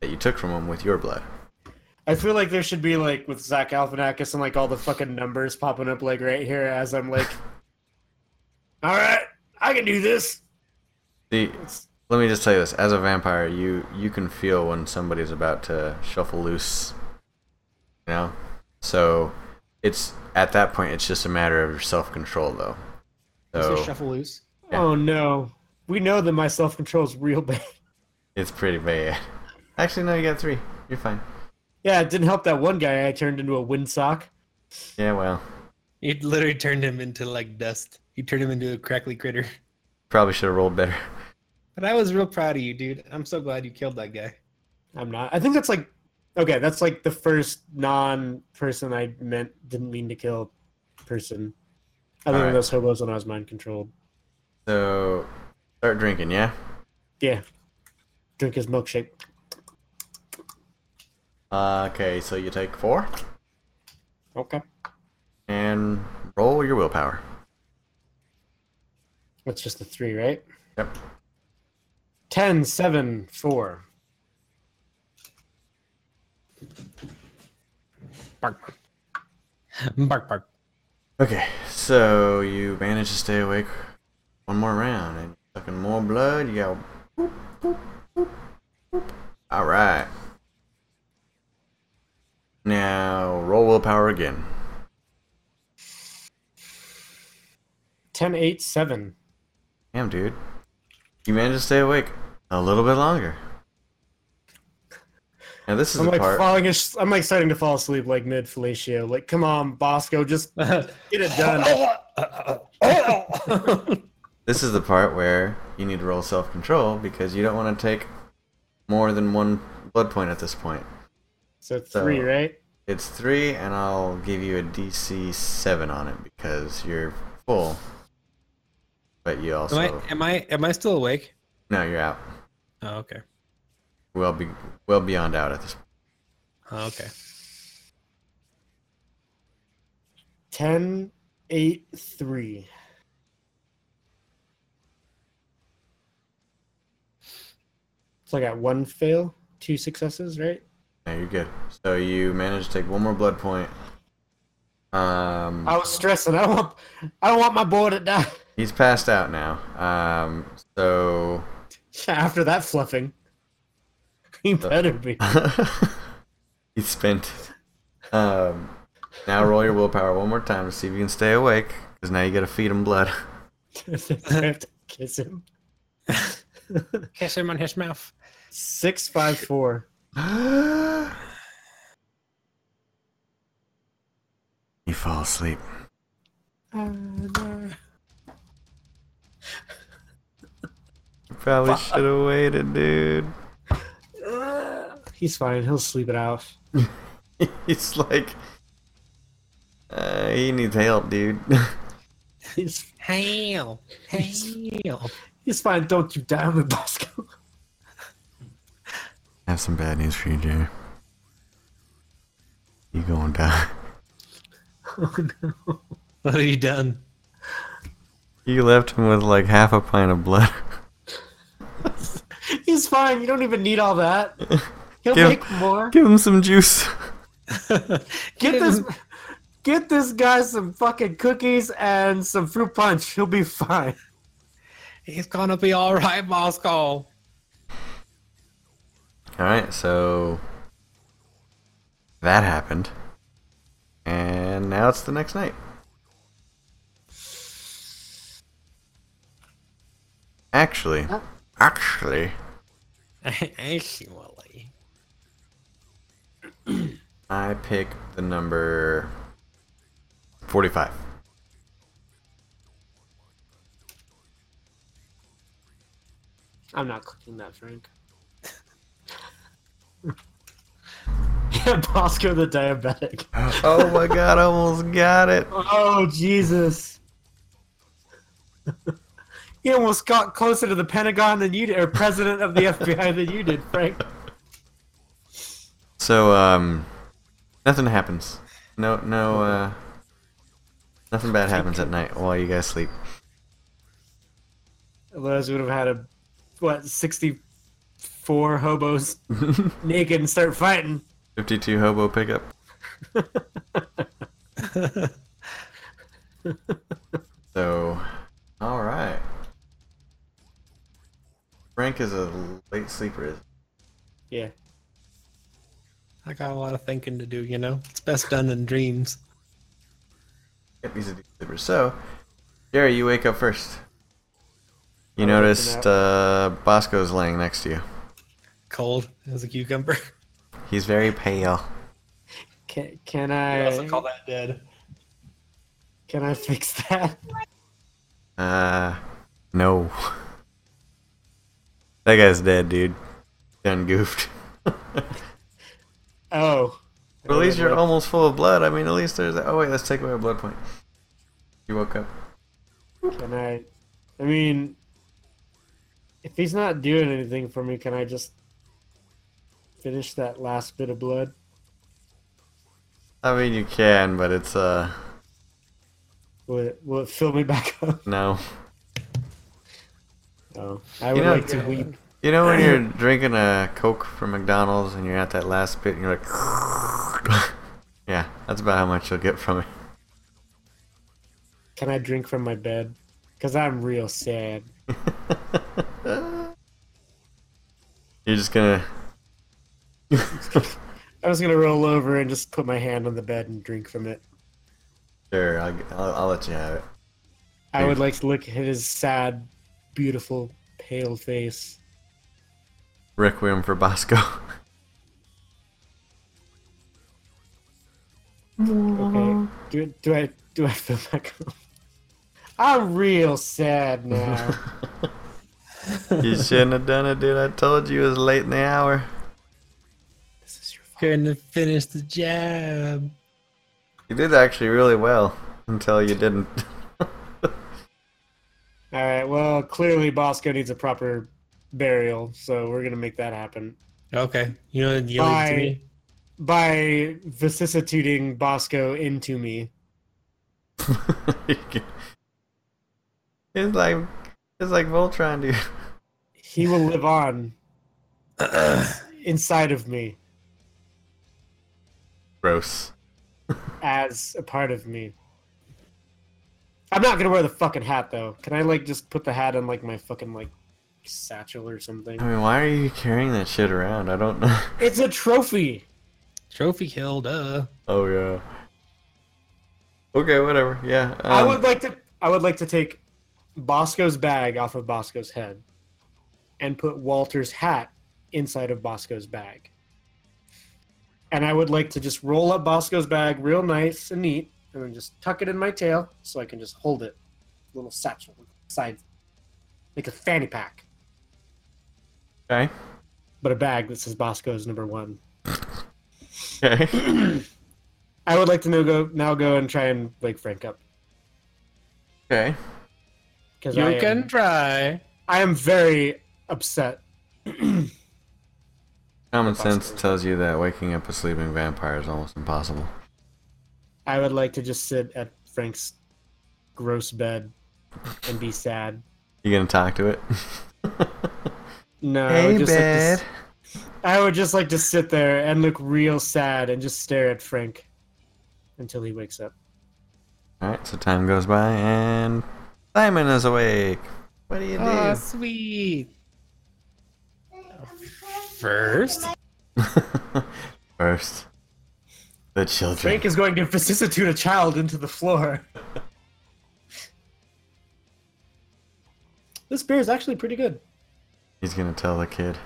that you took from him with your blood.
I feel like there should be like with Zach Galifianakis and like all the fucking numbers popping up like right here as I'm like, *sighs* all right, I can do this.
See,
It's-
let me just tell you this: as a vampire, you you can feel when somebody's about to shuffle loose. You know, so it's at that point, it's just a matter of your self control, though. So
shuffle loose.
Yeah.
Oh no, we know that my self control is real bad. *laughs*
it's pretty bad. Actually, no, you got three. You're fine.
Yeah, it didn't help that one guy I turned into a windsock.
Yeah, well,
You literally turned him into like dust. You turned him into a crackly critter.
Probably should have rolled better.
But I was real proud of you, dude. I'm so glad you killed that *laughs* guy.
I'm not. I think that's like, okay, that's like the first non-person I meant didn't mean to kill person, other than
Alright.
those hobos when I was mind controlled.
So start drinking, yeah.
Yeah, drink his milkshake.
Uh, okay, so you take four
Okay,
and roll your willpower.
that's just the three, right?
Yep.
Ten, seven, four.
Bark. Bark, bark.
Okay, so you manage to stay awake one more round and sucking more blood. You go. All right. Now roll willpower again.
Ten, eight, seven.
Damn, dude. You managed to stay awake a little bit longer. Now this is
I'm
the
like
part.
falling. As- I'm like starting to fall asleep, like mid fellatio. Like, come on, Bosco, just get
*laughs*
it done.
This is the part where you need to roll self control because you don't want to take more than one blood point at this point.
So three,
So-
right?
It's three, and I'll give you a DC seven on it because you're full. But you also
Am I am I am I still awake?
no, you're out.
Oh, okay.
Well, be well beyond out at this. point.
Oh, okay.
Ten, eight, three. So I got one fail, two successes, right?
No, you're good. So you managed to take one more blood point. Um,
Oh.
I was stressing. I want, I don't want my boy to die *laughs*
he's passed out now. Um, so *laughs*
after that fluffing. *laughs* He better be. *laughs*
he's spent. Um, now roll your willpower one more time to see if you can stay awake because now you got to feed him blood. *laughs*
I have to kiss him. *laughs*
Kiss him on his mouth.
Six, five, four.
*gasps* you fall asleep.
Ah, no.
Probably should have waited, dude.
Ah, He's fine. He'll sleep it out.
*laughs* He's like, uh, he needs help, dude. *laughs*
He's
Hail. Hail.
he's fine. Don't you die on *laughs* me, Bosco.
I have some bad news for you, Jerry. You gonna die.
Oh, no.
*laughs* What have you done?
You left him with like half a pint of blood. *laughs*
He's fine. You don't even need all that. He'll
Give-
make more.
Give him some juice.
Get
Get
this,
him-
get this guy some fucking cookies and some fruit punch. He'll be fine.
He's gonna be all right, Moscow.
All right, so that happened, and now it's the next night. Actually, actually,
*laughs* Actually.
I picked the number forty-five.
I'm not cooking that, Frank. *laughs* yeah, Bosco the diabetic.
oh my god, I almost got it.
Oh Jesus. *laughs* He almost got closer to the Pentagon than you did, or president of the *laughs* FBI than you did, Frank.
So um, nothing happens. No, no, uh, nothing bad happens at night while you guys sleep.
Otherwise, we would have had a what sixty-four hobos naked and start fighting.
Fifty-two hobo pickup. So, all right. Frank is a late sleeper. isn't
Yeah.
I got a lot of thinking to do, you know? It's best done in dreams.
he? Yep, he's a deep sleeper. So, Jerry, you wake up first. You
I'm waking
noticed uh, Bosco's laying next to you.
Cold as a cucumber.
He's very pale.
Can, can
I also
I?
call that dead.
Can I fix that?
Uh, no. *laughs* That guy's dead, dude. Done goofed.
Oh.
But at least you're almost full of blood. I mean, at least there's. Oh wait, let's take away a blood point. You woke up.
Can I? I mean, if he's not doing anything for me, can I just finish that last bit of blood?
I mean, you can, but it's uh
Will it, will it fill me back *laughs* up?
no.
Oh, I
You
would
know-
like to weep.
You know when *clears throat* you're drinking a Coke from McDonald's and you're at that last bit and you're like, *laughs* yeah, that's about how much you'll get from it.
Can I drink from my bed? Because I'm real sad.
*laughs* You're just gonna.
I was gonna roll over and just put my hand on the bed and drink from it.
Sure, I'll, g- I'll, I'll let you have it.
I would like to look at his sad, beautiful, pale face.
Requiem for Bosco. *laughs*
Okay. Do, do I do I feel *laughs* back up? I'm real sad now.
you shouldn't have done it, dude. I told you it was late in the hour.
this is your fault.
Couldn't finish the job.
You did actually really well until you didn't. *laughs*
All right. Well, clearly Bosco needs a proper burial, so we're gonna make that happen
Okay. You know, you leave it
Bye.
to me.
by vicissituding Bosco into me.
*laughs* it's like it's like Voltron, dude. *laughs*
He will live on inside of me
Gross.
as a part of me. I'm not gonna wear the fucking hat though. Can I like just put the hat on like my fucking like satchel or something?
I mean, why are you carrying that shit around? I don't know. *laughs*
It's a trophy.
Trophy uh. kill, duh.
Oh yeah. Okay, whatever. Yeah.
I
um,
would like to. I would like to take Bosco's bag off of Bosco's head, and put Walter's hat inside of Bosco's bag. And I would like to just roll up Bosco's bag real nice and neat, and then just tuck it in my tail so I can just hold it, little satchel side, like a fanny pack,
Okay.
but a bag that says Bosco's number one. *clears throat* *laughs*
Okay.
I would like to now go now go and try and wake Frank up
okay.
because
You
I,
can
am-
try.
I am very upset.
Common sense tells you that waking up a sleeping vampire is almost impossible.
I would like to just sit at Frank's gross bed and be sad.
You gonna talk *laughs* to it?
No, I would just Like to, s- I would just like to sit there and look real sad and just stare at Frank until he wakes up.
All right. So time goes by and Simon is awake. What do you do?
Oh, sweet. First,
*laughs* First, the children.
Frank is going to vicissitude a child into the floor. *laughs* this beer is actually pretty good.
He's gonna tell the kid.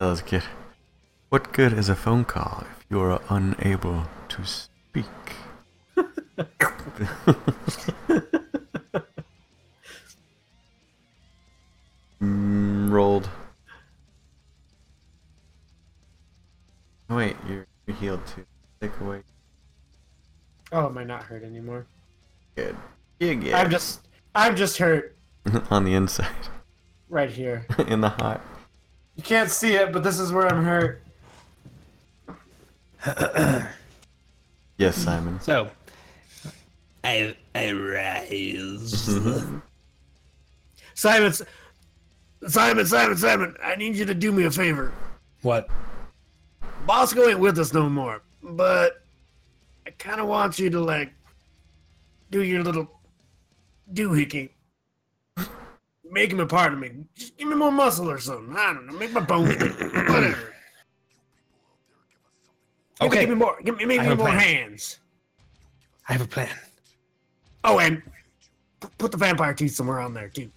Tell his kid. What good is a phone call if you are unable to speak? mm, rolled. Oh, wait, you're you're healed too. Take away.
Oh, am I not hurt anymore?
Good. You get
I'm just, I'm just hurt
*laughs* on the inside,
right here.
in the heart.
You can't see it, but this is where I'm hurt.
Yes, Simon.
so I I rise.
Simon, S- Simon, Simon, Simon, I need you to do me a favor.
what?
Bosco ain't with us no more, but I kind of want you to, like, do your little doohickey. Make him a part of me. Just give me more muscle or something. I don't know. Make my bones
*clears throat*
bigger. Whatever. Give me-
Okay,
Give me more. Give me,
I
make me
have a
more
plan.
hands.
I have a plan.
Oh, and p- put the vampire teeth somewhere on there, too.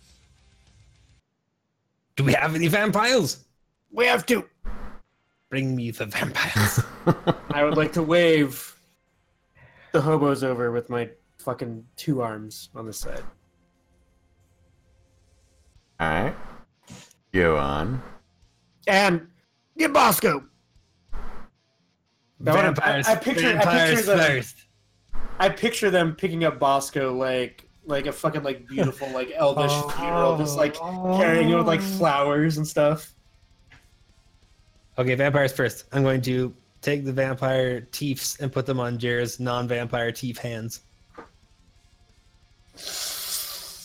Do we have any vampires?
We have two.
Bring me the vampires.
I would like to wave the hobos over with my fucking two arms on the side.
Alright. Go on.
And get Bosco. That would've- I- I pictured- I
vampires
pictured that-
first.
I picture them picking up Bosco like like a fucking like beautiful *laughs* like elvish funeral, just like carrying it with like flowers and stuff.
*laughs* Okay, vampires first. I'm going to take the vampire teeths and put them on Jared's non-vampire teeth hands.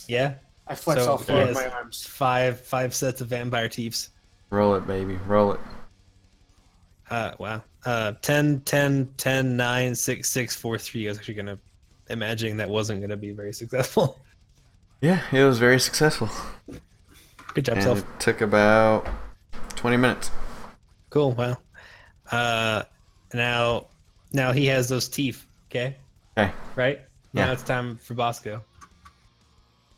Yeah,
I flex
So,
all four of
yes.
my arms.
five five sets of vampire teeths.
Roll it, baby. Roll it.
Uh, wow. Uh, 10, 10, 10, 9, 6, 6, 4, 3. I was actually going to, imagining that wasn't going to be very successful. *laughs*
Yeah, it was very successful.
Good job,
And
self.
it took about 20 minutes.
Cool. Wow. Uh, now, now he has those teeth. Okay.
Okay.
Right. Now
Yeah.
it's time for Bosco.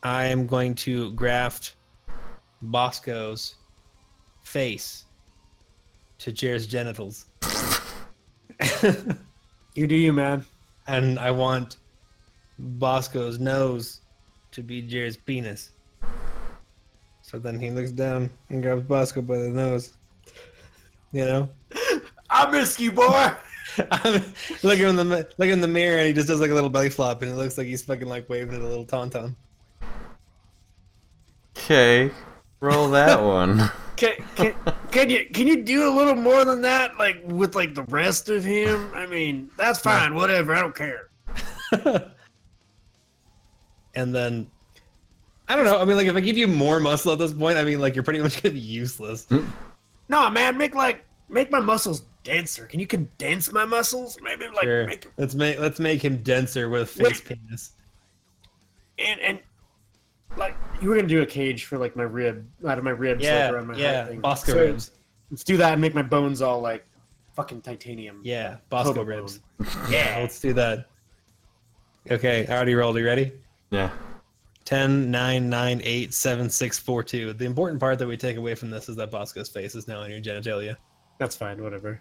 I am going to graft Bosco's face to Jared's genitals, *laughs*
You do you, man.
and I want Bosco's nose to be Jared's penis. So then he looks down and grabs Bosco by the nose.
*laughs*
You know.
I miss you, boy.
*laughs* I'm looking in the mi- look in the mirror and he just does like a little belly flop and it looks like he's fucking like waving at a little tauntaun. *laughs*
Okay. Roll *laughs* that one.
Can, can, can you can you do a little more than that? Like with like the rest of him? I mean, that's fine. Whatever. I don't care.
and then I don't know. I mean, like if I give you more muscle at this point, I mean, like you're pretty much gonna be useless.
No, man. Make like make my muscles denser. Can you condense my muscles? Maybe like
Sure.
make them
Let's make let's make him denser with face penis.
and and like you were gonna do a cage for like my rib out of my ribs. like,
Yeah,
around my heart
yeah,
thing.
Bosco
So,
ribs.
Let's do that and make my bones all like fucking titanium.
Yeah, Bosco
Hobo
ribs. *laughs* Yeah,
Yeah.
let's do that. Okay, I already rolled. Are you ready?
yeah.
10 9 9 8 7 6 4 2 the important part that we take away from this is that bosco's face is now in your genitalia
That's fine. Whatever.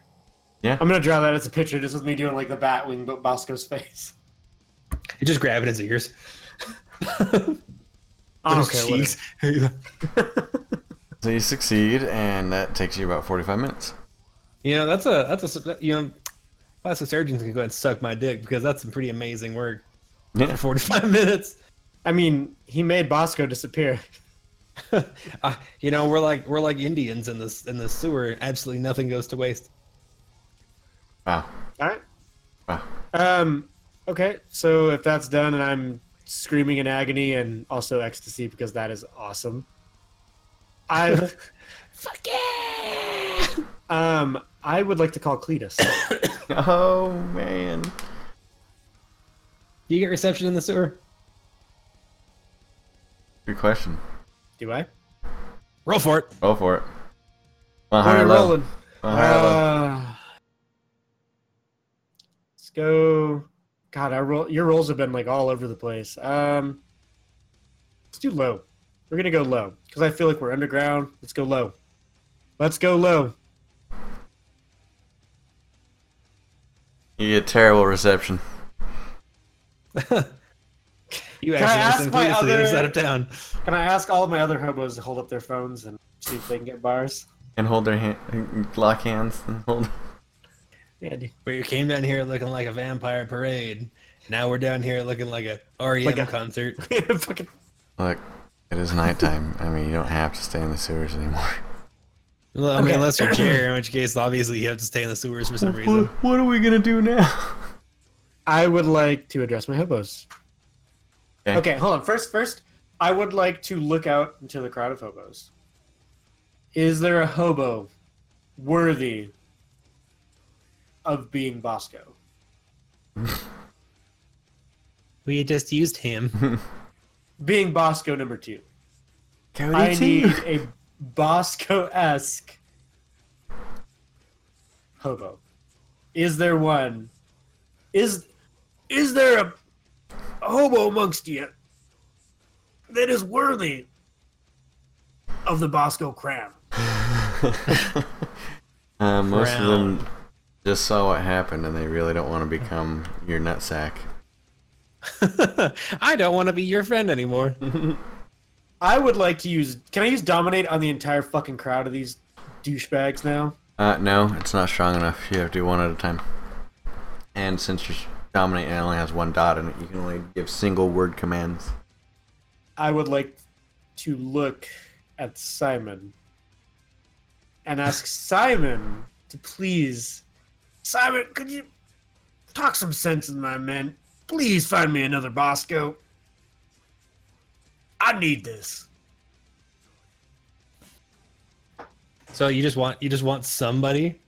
Yeah.
I'm gonna draw that as a picture, just with me doing like the bat wing, but Bosco's *laughs* face.
you just grabbing his ears
I don't
His
care. whatever.
cheeks. *laughs* you
So you succeed, and that takes you about 45 minutes.
know that's a that's a su- you know plastic surgeons can go ahead and suck my dick because that's some pretty amazing work
Yeah.
*laughs* for 45 minutes
I mean, he made Bosco disappear.
uh, you know we're like we're like indians in this in the sewer absolutely nothing goes to waste
Wow.
All right.
Wow.
Um. Okay. So if that's done, and I'm screaming in agony and also ecstasy because that is awesome. I, fuck yeah. Um. I would like to call Cletus.
*laughs* Oh, man.
do you get reception in the sewer
Good question.
Do I?
roll for it
Roll for it. Well,
What are
high
we
or low?
rolling?
Well, high or low?
Uh, let's go. God, our roll, your rolls have been like all over the place. Um, let's do low. We're gonna go low because I feel like we're underground. Let's go low. Let's go low.
You get terrible reception.
you
Can I ask
actually listen to
my
the other...
other-
out of town
Can I ask all of my other hobos to hold up their phones and see if they can get bars?
And hold their hand, lock hands, and hold.
Yeah, dude.
Where you came down here looking like a vampire parade. Now we're down here looking like a REM
Like a-
concert.
Fucking
Look, it is nighttime. I mean, you don't have to stay in the sewers anymore.
Well, I
Okay.
mean, unless *coughs* you're Jerry, in which case, obviously, you have to stay in the sewers for some *laughs* reason.
what are we gonna do now?
I would like to address my hobos.
Okay.
Okay, hold on. First, first, I would like to look out into the crowd of hobos. Is there a hobo worthy of being Bosco?
We just used him. *laughs*
Being Bosco number two.
Cody
I
too.
need a Bosco-esque hobo. Is there one? Is is there a, a hobo amongst you that is worthy of the Bosco crown?
Uh, most of them
Brown.
just saw what happened, and they really don't want to become your nutsack.
I don't want to be your friend anymore.
I would like to use. Can I use dominate on the entire fucking crowd of these douchebags now?
Uh, no, it's not strong enough. You have to do one at a time. And since you're dominating, it only has one dot in it. You can only give single word commands.
I would like to look at Simon and ask Simon to please. Simon, could you talk some sense in my man? Please find me another Bosco. I need this.
So you just want you just want somebody.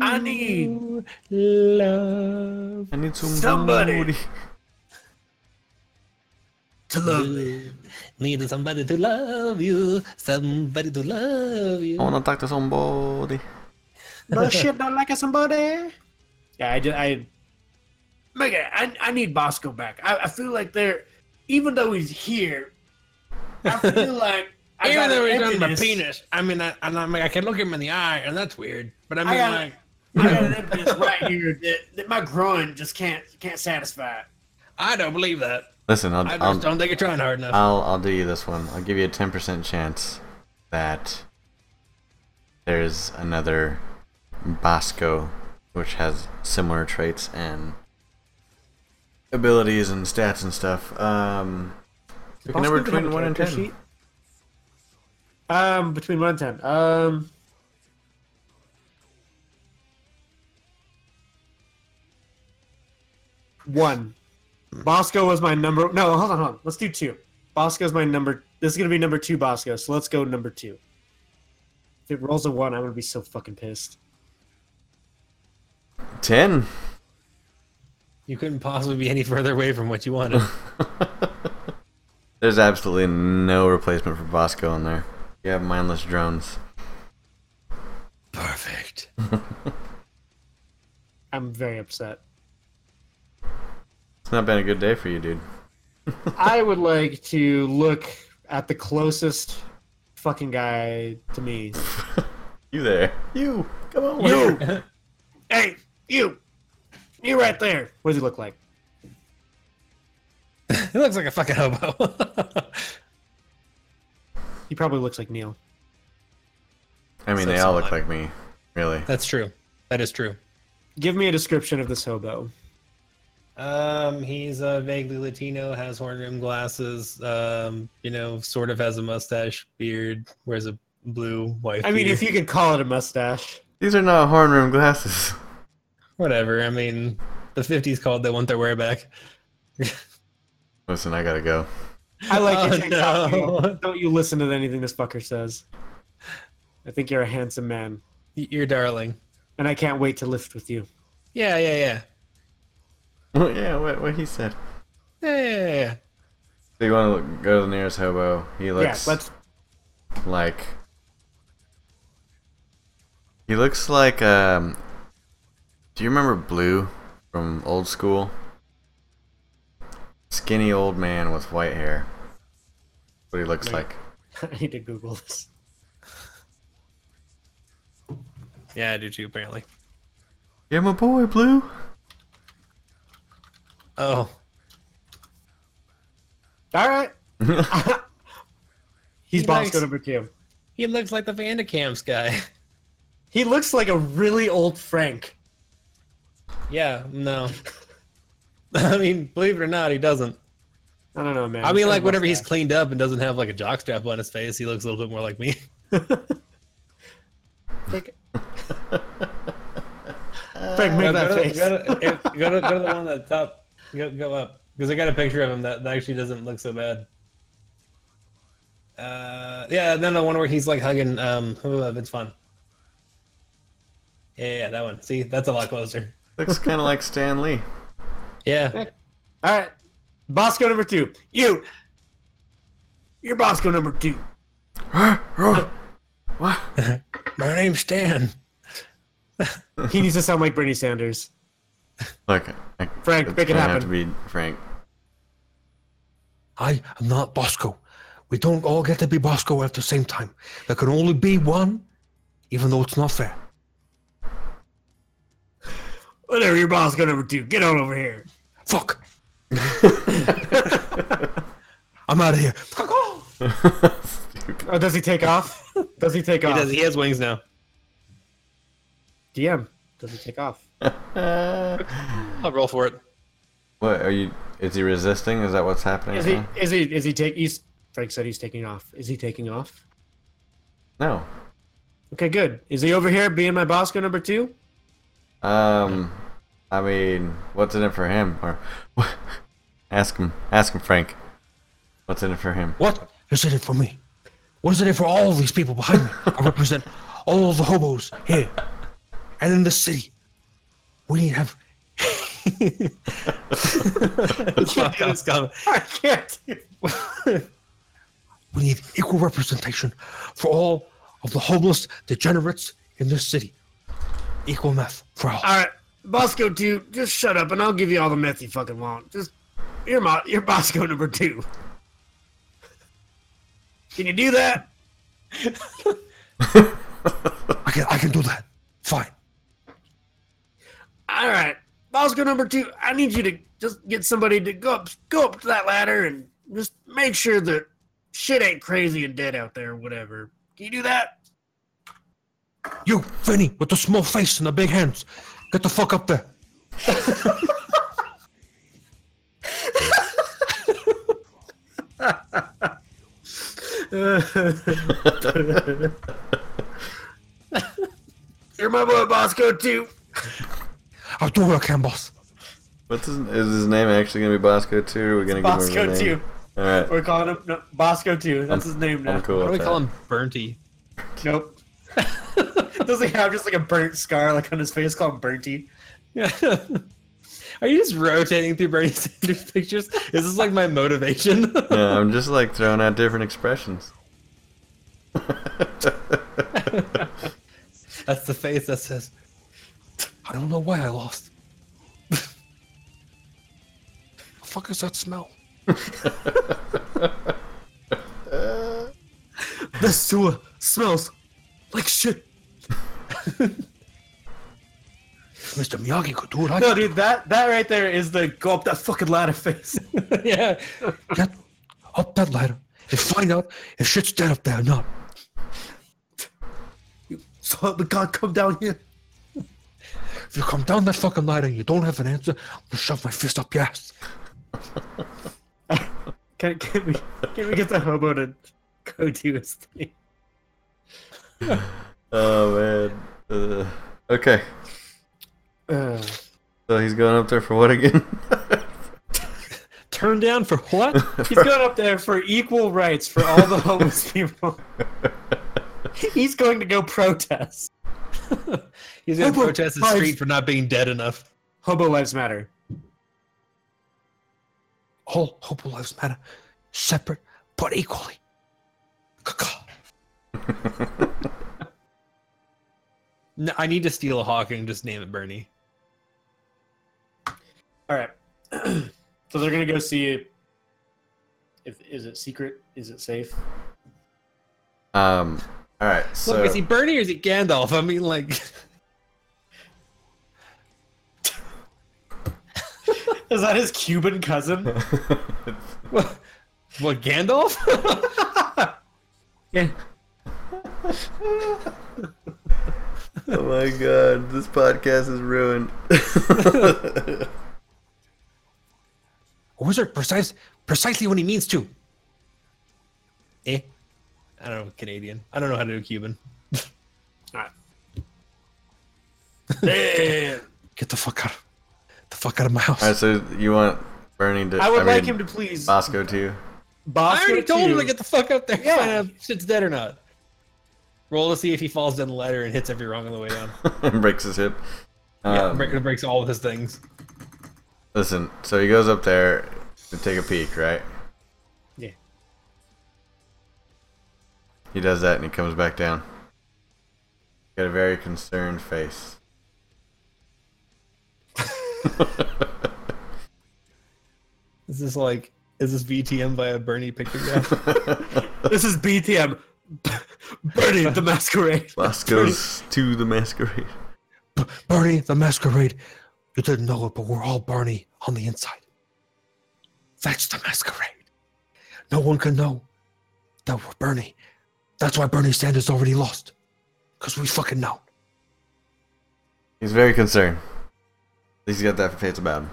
I need
to love.
I need some
Somebody.
booty.
to love me.
Need somebody to love you. Somebody to love you.
I wanna talk to somebody.
But shit, not like somebody. Yeah, I just, I. Make it. I, I need Bosco back. I, I feel like they're, even though he's here, I *laughs* feel like I
Even
got
though
an
he's on my
emptiness.
penis, I mean, I, I'm not- I, mean, I can look him in the eye, and that's weird. But I mean,
got-
like,
I got *laughs* an emptiness right here that, that my groin just can't can't satisfy.
I don't believe that.
Listen, I'll,
I just
I'll,
don't think you're trying hard enough.
I'll I'll do you this one. I'll give you a ten percent chance that there's another Bosco which has similar traits and abilities and stats and stuff. Um pick a number between one and ten.
Um, between one and ten. Um. One. Bosco was my number. No, hold on, hold on. Let's do two. Bosco's my number. This is gonna be number two, Bosco. So let's go number two. If it rolls a one, I'm gonna be so fucking pissed.
Ten.
You couldn't possibly be any further away from what you wanted.
There's absolutely no replacement for Bosco in there. You have mindless drones.
Perfect.
I'm very upset.
It's not been a good day for you, dude.
I would like to look at the closest fucking guy to me.
You there. You come on.
*laughs*
You! hey, you! You right there! What does he look like?
He looks like a fucking hobo. *laughs*
He probably looks like Neil.
I mean
So
they all look
somebody-
like me. Really.
That's true. That is true.
Give me a description of this hobo.
Um, he's uh, vaguely Latino, has horn rimmed glasses. Um, you know, sort of has a mustache, beard, wears a blue white.
I mean, if
beard.
you could call it a mustache.
These are not horn rim glasses. *laughs*
whatever. I mean, the '50s called. They want their wear back.
Listen, I gotta go.
I like
Oh,
your TikTok.
no.
dude. Don't you listen to anything this fucker says. I think you're a handsome man,
Y- You're darling.
and I can't wait to lift with you.
Yeah, yeah, yeah,
yeah, what, what he said.
yeah, yeah, yeah, yeah.
So you want to look, go to the nearest hobo? He looks
yeah, let's. *laughs*
like he looks like um. Do you remember Blue from Old School? Skinny old man with white hair. What he looks
No.
like.
I need to Google this.
Yeah, I do too. Apparently.
Yeah, my boy, Blue.
Oh,
All right. *laughs* He's
He
Bosco
likes-
number two.
he looks like the Vandicamps guy. *laughs*
He looks like a really old Frank.
yeah, no. *laughs* I mean, believe it or not, he doesn't.
I don't know, man.
I
He's
mean,
got a
like whenever he's
mustache.
cleaned up and doesn't have like a jockstrap on his face, he looks a little bit more like me.
Frank,
*laughs*
Frank, *laughs* make that
go, to,
face.
go, to, if- go, to, go to the one at the top. Go, go up because I got a picture of him that, that actually doesn't look so bad. Uh, yeah, no, no, one where he's like hugging. Um, ooh, it's fun. Yeah, yeah, that one. See, that's a lot closer.
looks kind of like Stan Lee.
Yeah,
All right, Bosco number two. You. You're Bosco number two.
what?
my name's Stan.
He needs to sound like Bernie Sanders.
Look, I,
Frank,
it's
make it
gonna
happen.
Have to be Frank. *laughs*
I am not Bosco. We don't all get to be Bosco at the same time. There can only be one, even though it's not fair.
Whatever, you're Bosco number two. Get on over here.
Fuck. *laughs* I'm out of here.
Stupid.
Oh, does he take off? Does he take
He
off?
does. He has wings now.
DM. Does he take off?
I'll roll for it.
what are you? Is he resisting? Is that what's happening?
Is
right
he?
now?
Is he? Is he take? He's Frank said he's taking off. Is he taking off?
No.
Okay, good. Is he over here being my Bosco number two? *laughs*
Um, I mean, what's in it for him? Or *laughs* ask him, ask him, Frank. What's in it for
*laughs*
him?
What is in it for me? What is in it for all these people behind me? I represent all the hobos here and in the city. We need to have.
Fuck, *laughs* I was gone.
I can't. do-
We need equal representation for all of the homeless degenerates in this city. Equal meth for all.
All right, Bosco two, just shut up and I'll give you all the meth you fucking want. Just you're my you're Bosco number two. Can you do that?
I can, I can do that. Fine.
All right, Bosco number two. I need you to just get somebody to go up, go up to that ladder and just make sure that shit ain't crazy and dead out there or whatever. Can you do that?
You, Vinny, with the small face and the big hands, get the fuck up there.
You're my boy Bosco two.
I'll do what I can, boss.
What's his, is his name actually gonna be Bosco too? Or are we gonna give him
Bosco
a
two.
name? All right,
We're calling him no, Bosco two. That's his name now.
I'm cool.
What do we
with
call
that.
him? Burnty.
Nope. *laughs* Does he have just like a burnt scar like on his face called Burnty?
*laughs* Are you just rotating through Bernie Sanders pictures? Is this like my motivation?
Yeah, I'm just like throwing out different expressions.
*laughs* That's the face that says,
I don't know why I lost. *laughs* the fuck is that smell? the sewer smells like *laughs* shit. Mr. Miyagi could do it. I
No, dude, that that right there is the go up that fucking ladder face.
*laughs* yeah.
could get up that ladder and find out if shit's dead up there or not.
so help me God, come down here.
If you come down that fucking ladder and you don't have an answer, I'm gonna shove my fist up your ass.
Can, can we can we get the hobo to go do his thing?
Oh man. Uh, okay,
Uh,
so he's going up there for what again? *laughs*
Turn down for *laughs* what?
he's going up there for equal rights for all the homeless people. he's going to go protest. *laughs*
He's gonna
Hobo
protest the
lives-
street for not being dead enough.
Hobo lives matter.
All hobo lives matter, separate but equally. Caw-caw.
No, I need to steal a hawk and just name it Bernie.
All right. *clears throat* so they're gonna go see if is it secret? Is it safe?
um. All right. So.
Look, is he Bernie or is he Gandalf? I mean, like, *laughs*
Is that his Cuban cousin?
what, what Gandalf? *laughs*
yeah.
*laughs* oh my god, this podcast is ruined.
A wizard precise, precisely when he means to.
eh? I don't know, Canadian. I don't know how to do Cuban.
Get the fuck out. The fuck out of my house.
All right, so you want Bernie to?
I would like
mean, uh,
him to please
Bosco *laughs* too.
Bosco
I already told him to
too.
get the fuck up there.
Yeah.
Yeah. Find out if shit's dead or not. Roll to see if he falls down the ladder and hits every rung on the way down.
breaks his hip.
yeah,
Um,
break, breaks all of his things.
Listen, so he goes up there to take a peek, right?
Yeah.
He does that and he comes back down. Got a very concerned face.
Is this like is this VTM by a Bernie pictograph?
This is BTM. *laughs* Bernie the Masquerade. *laughs*
Bosco's to the masquerade.
B- Barney the Masquerade. You didn't know it, but we're all Barney on the inside. That's the masquerade. No one can know that we're Bernie. That's why Bernie Sanders already lost. Because we fucking know.
He's very concerned. At least he got that face about him.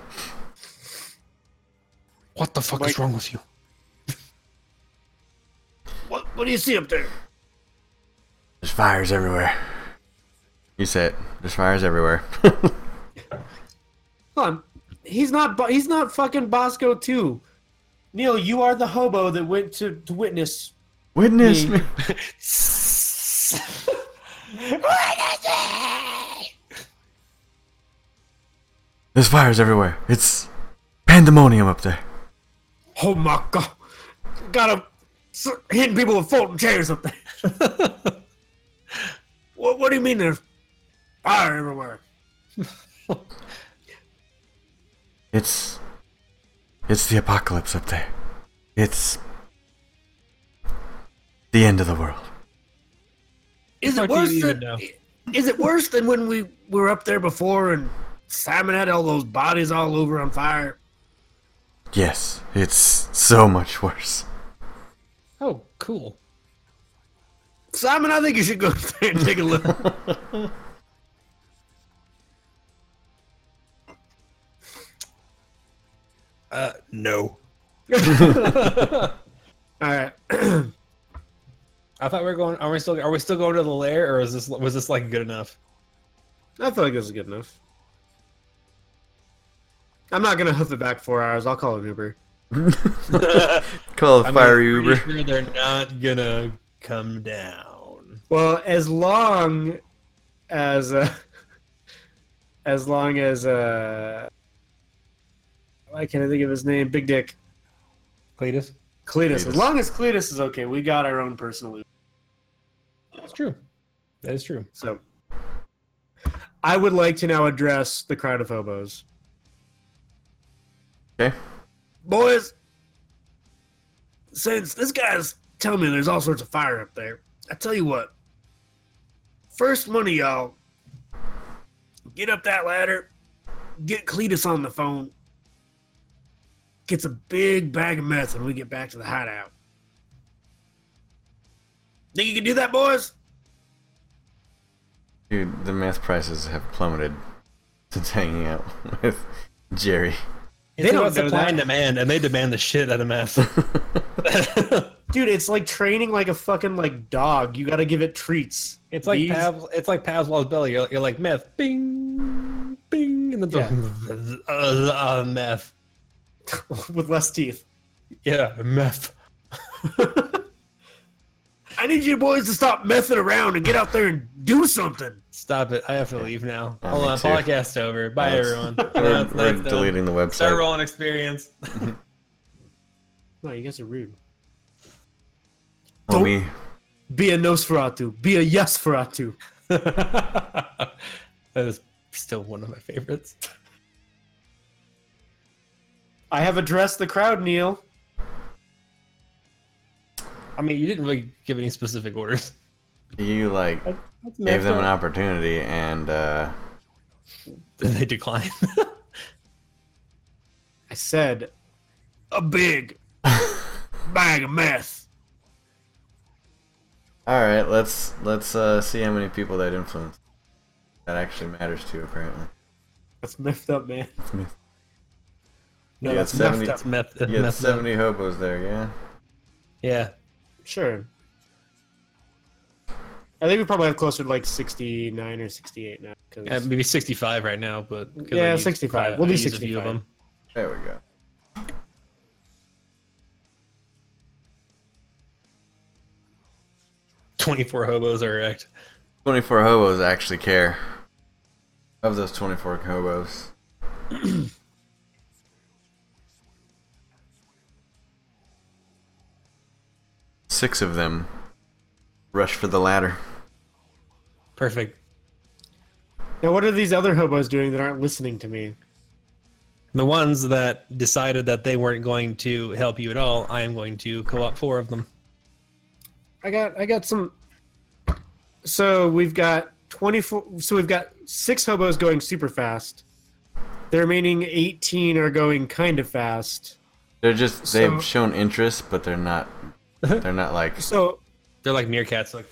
What the fuck is
Mike-
wrong with you?
What, what do you see up there?
There's fires everywhere. You said it. There's fires everywhere. *laughs*
Hold on. He's not. Bo- He's not fucking Bosco too. Neil, you are the hobo that went to, to *laughs* witness.
Witness
Me.
me. There's fires everywhere. It's pandemonium up there.
Oh my god! Got him s- hitting people with folding chairs up there. *laughs* what? What do you mean there's fire everywhere?
It's it's the apocalypse up there. It's the end of the world.
Is it
What do you
worse
even
than?
know?
Is it worse than when we were up there before and Simon had all those bodies all over on fire?
Yes, it's so much worse.
Oh, cool.
Simon, I think you should go *laughs* up there and take a look.
*laughs* Uh,
*laughs*
no.
all right. *clears throat*
I thought we were going. Are we still? Are we still going to the lair, or is this? Was this like good enough?
I feel like this is good enough. I'm not gonna hoof it back four hours. I'll call an Uber.
Call a
I'm
fire
pretty
Uber.
Sure they're not gonna come down.
Well, as long as uh, *laughs* as long as uh, why can't I think of his name? Big Dick
Cletus,
Cletus.
Cletus.
As long as Cletus is okay, we got our own personal Uber.
it's true. That is true.
So, I would like to now address the crowd of hobos.
Okay.
boys, since this guy's telling me there's all sorts of fire up there, I tell you what. First one of y'all, get up that ladder, get Cletus on the phone, gets a big bag of meth when we get back to the hideout. Think you can do that, boys?
Dude, the meth prices have plummeted since hanging out *laughs* with Jerry.
It's
They don't
about
know
supply
that.
and demand, and they demand the shit out of math. *laughs*
Dude, it's like training like a fucking like dog. You gotta give it treats.
it's like
These-
Pav, it's like Pavlov's belly. You're, you're like meth, bing, bing, and then uh, *laughs* uh, meth.
*laughs* with less teeth.
Yeah, meth.
I need you boys to stop messing around and get out there and do something.
Stop it. I have to leave now.
Yeah,
Hold
me
on.
too.
Podcast over. Bye,
That's- *laughs*
everyone.
We're,
That's-
we're
that's done.
deleting the
Start
website.
rolling experience. *laughs*
No, you guys are rude.
Oh, me.
Be a Nosferatu. Be a Yesferatu.
that is still one of my favorites.
I have addressed the crowd, Neil.
I mean, you didn't really give any specific orders. *laughs*
You like gave them an opportunity and uh
And they declined. *laughs*
I said a big bag of meth.
all right, let's let's uh see how many people that influence that actually matters to apparently.
That's messed up, man.
you got
that's
seventy
messed
That's meth. that's
you got
meth up.
seventy hobos there, yeah.
Yeah.
Sure. I think we probably have closer to like 69 or 68 now. 'cause-
Yeah, Uh, maybe 65 right now, but 'cause
Yeah,
I used
65.
I
We'll do
used a few
65.
them.
There we go.
Twenty-four hobos are wrecked.
Twenty four hobos actually care. Of those twenty four hobos. *clears throat* Six of them rush for the ladder.
Perfect.
Now, what are these other hobos doing that aren't listening to me?
The ones that decided that they weren't going to help you at all, I am going to co-op four of them.
I got I got some. So we've got twenty four. So we've got six hobos going super fast. The remaining eighteen are going kind of fast.
They're just
So-
they've shown interest, but they're not.
*laughs*
They're not like
So
They're like meerkats. Like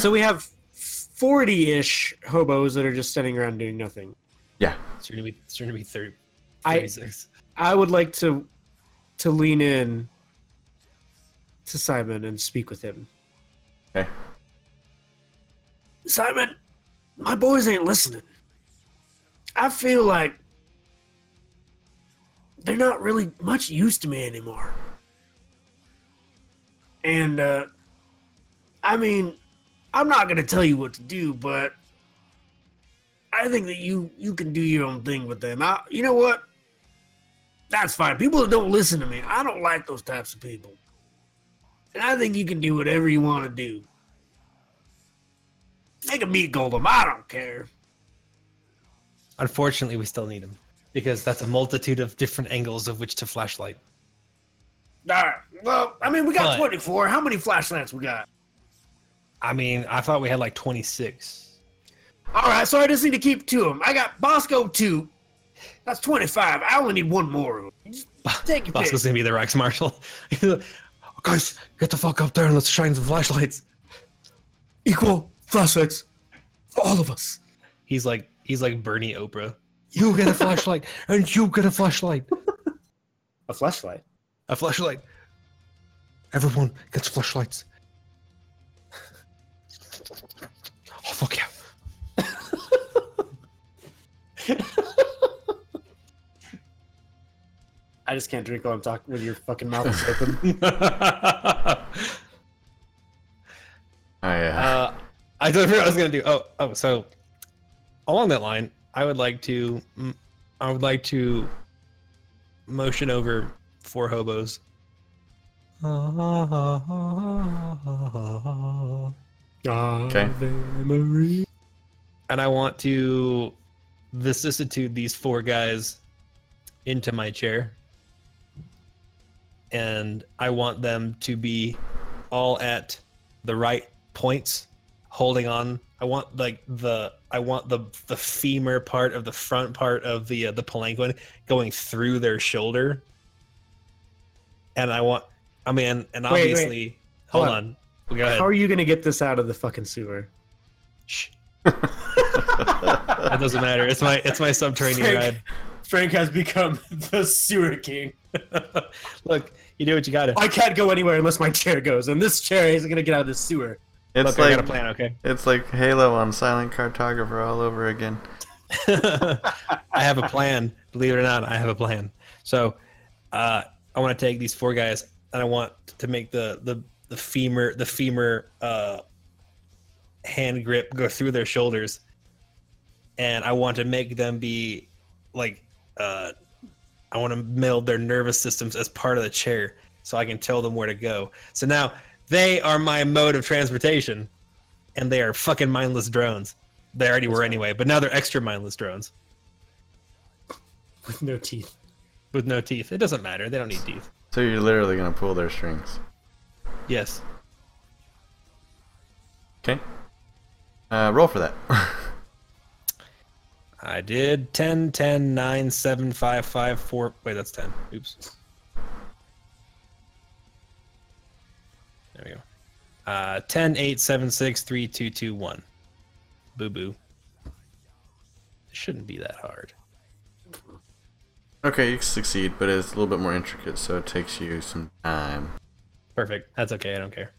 so we have forty-ish hobos that are just standing around doing nothing.
yeah.
it's going to be it's going to be 30,
I
36.
I would like to to lean in to Simon and speak with him.
Okay.
Simon, my boys ain't listening. I feel like they're not really much use to me anymore. And, uh, I mean, I'm not going to tell you what to do, but I think that you, you can do your own thing with them. I, you know what? That's fine. People that don't listen to me, I don't like those types of people. And I think you can do whatever you want to do. Make a meat golem. I don't care.
Unfortunately, we still need them because that's a multitude of different angles of which to flashlight.
All right. Well, I mean, we got
But-
24. How many flashlights we got?
I mean, I thought we had like 26.
All right. So I just need to keep two of them. I got Bosco two. That's 25. I only need one more. of 'em. Just Take your pick.
Bosco's going to be the Rex Marshal.
Guys, get the fuck up there and let's shine some flashlights.
Equal flashlights for all of us.
*laughs* he's like he's like Bernie Oprah.
You get a flashlight *laughs* and you get a flashlight.
A flashlight?
A flashlight. *laughs*
Everyone gets flashlights. *laughs* Oh fuck yeah!
I just can't drink while I'm talking with your fucking mouth is
*laughs*
open.
Oh yeah.
Uh, I don't know what I was gonna do. Oh, oh, so along that line, I would like to, mm, I would like to motion over four hobos.
Okay.
and I want to vicissitude these four guys into my chair. And I want them to be all at the right points, holding on. I want like the I want the the femur part of the front part of the uh, the palanquin going through their shoulder. And I want I mean and
Wait, wait.
obviously hold,
Hold
on.
on.
Well, Go ahead.
How are you going to get this out of the fucking sewer?
Shh. that doesn't matter. It's my
*laughs*
it's my subterranean
Frank. Frank has become *laughs* the sewer king.
ride. *laughs* Look, you do what you gotta.
I can't go anywhere unless my chair goes, and this chair isn't gonna get out of this sewer.
it's
Look, I got a
like
plan. Okay.
it's like Halo on Silent Cartographer all over again.
*laughs* I have a plan. Believe it or not, I have a plan. So, uh, I want to take these four guys, and I want to make the the the femur the femur uh, hand grip go through their shoulders, and I want to make them be like uh, I want to meld their nervous systems as part of the chair, so I can tell them where to go. So now they are my mode of transportation, and they are fucking mindless drones. They already were anyway, but now they're extra mindless drones
With no teeth.
with no teeth. It doesn't matter. They don't need teeth.
So you're literally gonna pull their strings.
Yes.
Okay. Uh, roll for that. *laughs*
I did 10, 10, 9, 7, 5, 5, 4. Wait, that's 10. Oops. There we go. Uh, 10, 8, 7, 6, 3, 2, 2, 1. Boo boo. It shouldn't be that hard.
okay, you succeed, but it's a little bit more intricate, so it takes you some time.
Perfect. That's okay. I don't care.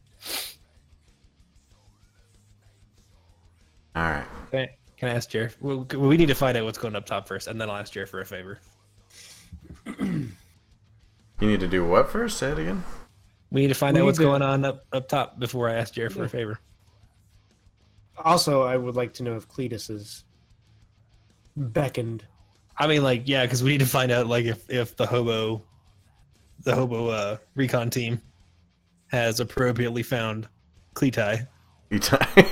All right.
Can I, can I ask Jer? We, we need to find out what's going up top first, and then I'll ask Jer for a favor.
You need to do what first? Say it again. *laughs*
We need to find
We
out
need
what's
to-
going on up, up top before I ask Jer for a favor.
Also, I would like to know if Cletus is beckoned. *laughs*
I mean, like, yeah, because we need to find out, like, if if the hobo, the hobo uh, recon team, has appropriately found Cletai.
You tie.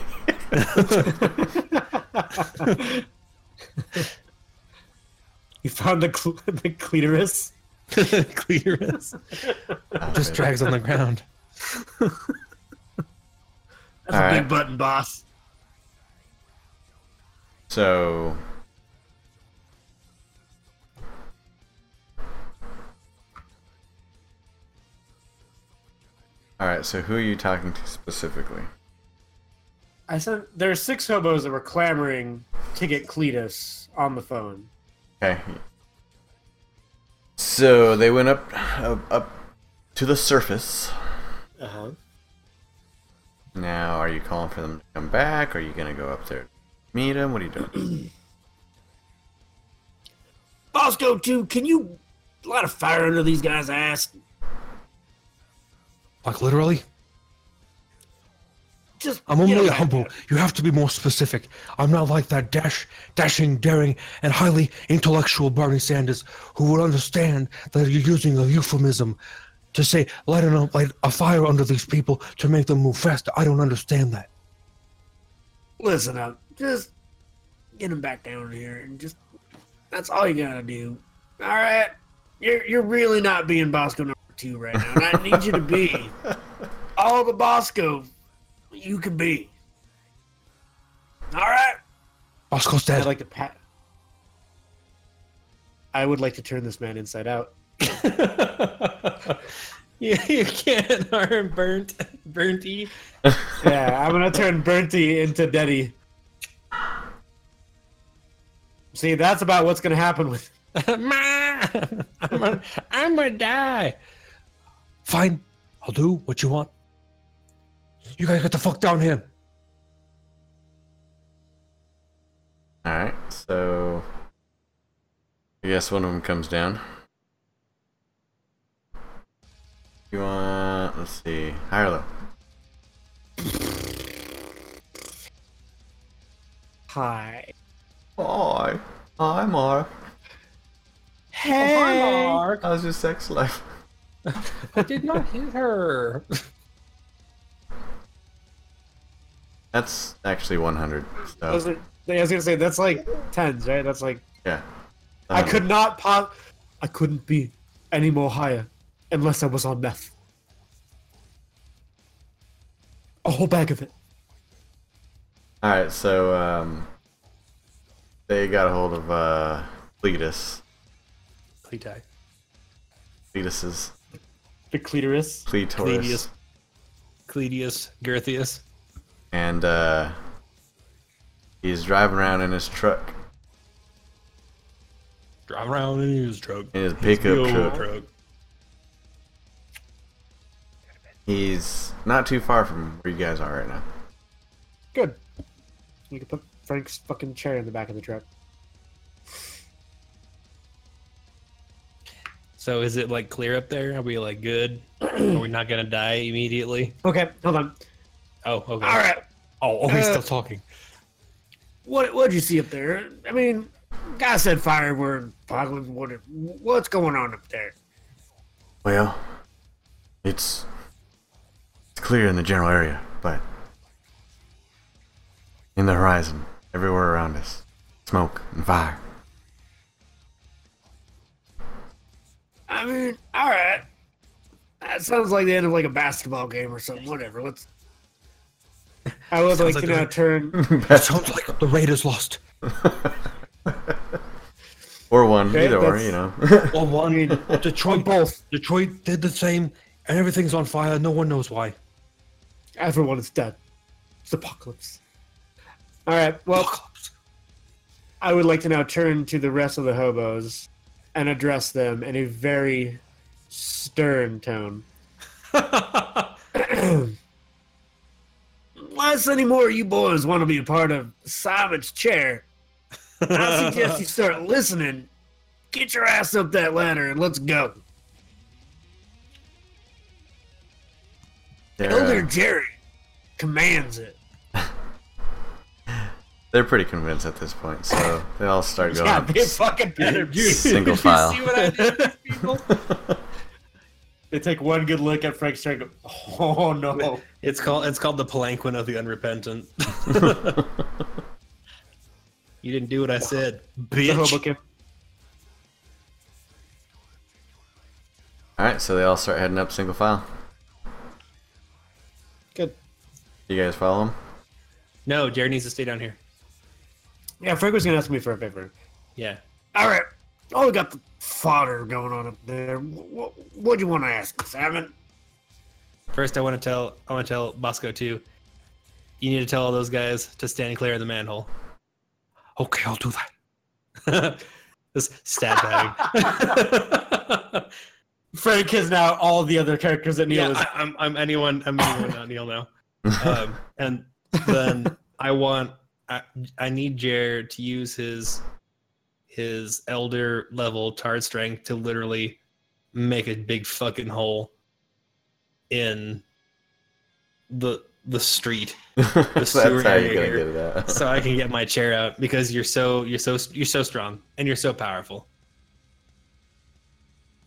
You found the cl- *laughs* the clitoris.
*laughs* Clearance *laughs* just drags on the ground.
That's
All
a big
right.
button, boss.
So. All right, so who are you talking to specifically?
I said there are six hobos that were clamoring to get Cletus on the phone.
Okay. So they went up, up, up to the surface.
Uh huh.
Now, are you calling for them to come back? Are you gonna go up there, to meet them? What are you doing?
Bosco, too, can you light a fire under these guys' ass?
Like literally?
Just
I'm
get
only
them
a
back
humble.
there.
You have to be more specific. I'm not like that dash, dashing, daring, and highly intellectual Bernie Sanders who would understand that you're using a euphemism to say light, an, light a fire under these people to make them move faster. I don't understand that.
Listen up. Just get them back down here, and just that's all you gotta do. All right, you're you're really not being Bosco number two right now, and I need you to
*laughs*
be all the Bosco you can be. All right.
Bosco's dead.
I'd like to pat. I would like to turn this man inside out.
you, you can't harm burnt, burnty. *laughs*
Yeah, I'm gonna turn Bernty into Deddy. See, that's about what's gonna happen with.
Ma! I'm gonna, I'm gonna die.
Fine, I'll do what you want. You guys get the fuck down here.
All right, so I guess one of them comes down. You want? Let's see, high or low?
Hi.
Hi, hi, Mark.
Hey.
Oh, Mark,
How's your sex life?
I did not hit her.
That's actually 100.
I was
So,
gonna- I was gonna say that's like tens, right? That's like
yeah.
I
Uh-huh.
could not pop. I couldn't be any more higher unless I was on meth. A whole bag of it.
All right, so um, they got a hold of uh, Cletus,
Cleti.
Cletus's
The clitoris.
Cletorus,
Cletius. Cletius. Girthius.
and uh, he's driving around in his truck,
Drive around in his truck.
in his pickup
Yo,
truck. He's not too far from where you guys are right now.
Good. You can put Frank's fucking chair in the back of the truck.
So is it like clear up there? Are we like good? Are we not gonna die immediately?
Okay, hold on.
Oh, okay.
All right.
Oh, oh he's
Uh,
still talking.
What what'd you see up there? I mean, guy said fire. We're apocalypse. What what's going on up there?
Well, it's it's clear in the general area, but in the horizon, everywhere around us, smoke and fire.
I mean, all right. That sounds like the end of like a basketball game or something. Whatever. Let's.
I would like
like
to
a-
now turn.
Sounds like the Raiders lost.
Or one,
Okay,
either or,
that's-
you know.
Or *laughs* one.
*laughs*
Detroit
both.
Detroit did the same, and everything's on fire. No one knows why.
Everyone is dead. It's apocalypse. All right. Well, I would like to now turn to the rest of the hobos and address them in a very stern tone.
Unless any more of you boys want to be a part of Simon's chair, I suggest you start listening. Get your ass up that ladder and let's go.
*laughs* They're,
Elder
uh,
Jerry commands it.
they're pretty convinced at this point, so they all start going
God, they fucking better.
*laughs*
single file.
See what I did, people?
They take one good look at Frank's chair and go, oh no.
It's called it's called the palanquin of the *laughs* unrepentant. you didn't do what I said,
The hobo
bitch.
came.
All right, so they all start heading up single file.
Good.
You guys follow them?
No, Jared needs to stay down here.
Yeah, Frank was going to ask me for a favor.
Yeah.
All right. Oh, we got the fodder going on up there. What, what do you want to ask, Simon?
First, I want to tell I want to tell Bosco too. You need to tell all those guys to stand clear of the manhole. *laughs*
Okay, I'll do that.
this stab *laughs* bagging.
Frank is now all the other characters that Neil
yeah,
is.
I, I'm I'm anyone I'm anyone not Neil now.
*laughs*
Um, and then I want I, I need Jared to use his his elder level tard strength to literally make a big fucking hole in the the street
so that's how
sewer
you're gonna
area here.
get it out.
so I can get my chair out because you're so you're so you're so strong and you're so powerful.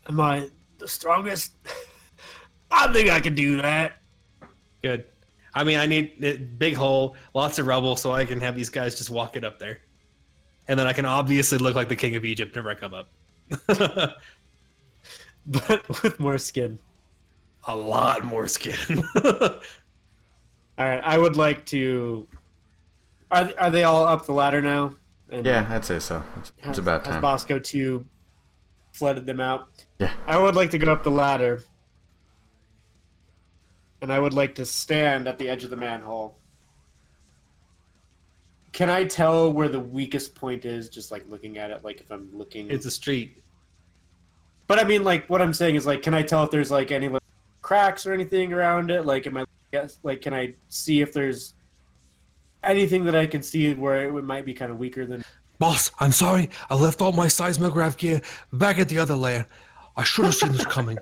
Am I the
*laughs*
strongest? I think I can do that.
Good. I mean, I need a big hole, lots of rubble, so I can have these guys just walk it up there, and then I can obviously look like the king of Egypt whenever I come up. *laughs*
but with more skin.
a lot more skin. *laughs*
All right, I would like to. Are are they all up the ladder now? And
Yeah, I'd say so. It's,
has,
it's about
has
time.
Bosco two flooded them out.
Yeah.
I would like to go up the ladder, and I would like to stand at the edge of the manhole. Can I tell where the weakest point is? Just like looking at it, like if I'm looking.
it's a street.
But I mean, like, what I'm saying is, like, can I tell if there's like any like, cracks or anything around it? Like, am I yes? Like, can I see if there's anything that I can see where it might be kind of weaker than?
Boss, I'm sorry. I left all my seismograph gear back at the other lair. I should have
*laughs*
seen this coming.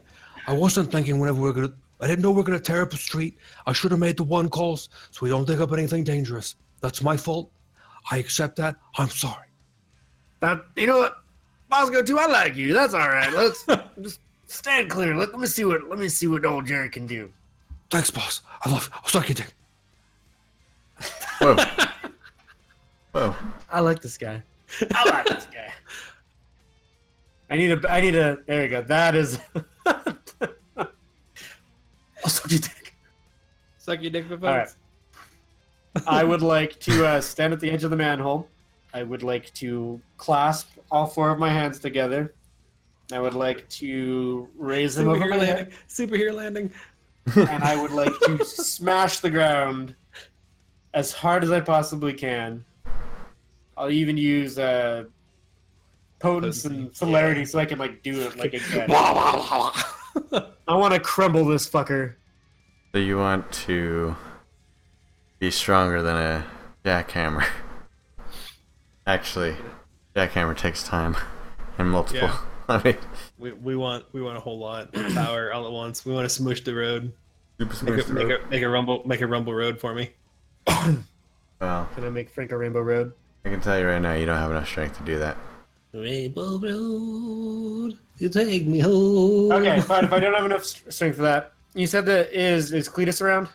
I wasn't thinking whenever we are gonna. I didn't know we are gonna tear up a street. I should have made the one calls so we don't dig up anything dangerous. That's my fault. I accept that. I'm sorry.
That you know what, Bosco too. I like you. That's all right.
*laughs*
Let's just stand clear. Let, let me see what let me see what old Jerry can do.
Thanks, boss. I love. You. I'll suck your dick.
Whoa. Whoa.
I like this guy.
I like this
*laughs*
guy.
I need a. I need a. There you go. That is. *laughs* Also, do you think-
Suck your dick for
All right. I would like to uh, stand at the edge of the manhole. I would like to clasp all four of my hands together. I would like to raise them over
Superhero
my head.
landing. Superhero landing.
and I would like to smash the ground as hard as I possibly can. I'll even use uh, potence and celerity so I can like do it like again. *laughs* I want to crumble this fucker.
So you want to be stronger than a jackhammer. *laughs* Actually, jackhammer takes time *laughs* and multiple.
Yeah.
*laughs* I mean,
We, we want we want a whole lot of power all at once. We want to smush the road.
super
Make
smash
a,
the
make
road.
a make a rumble make a rumble road for me.
Well,
Can I make Frank a Rainbow Road?
I can tell you right now, you don't have enough strength to do that.
Rainbow Road, you take me home.
Okay, fine. If I don't have enough st- strength for that, you said that is is Cletus around?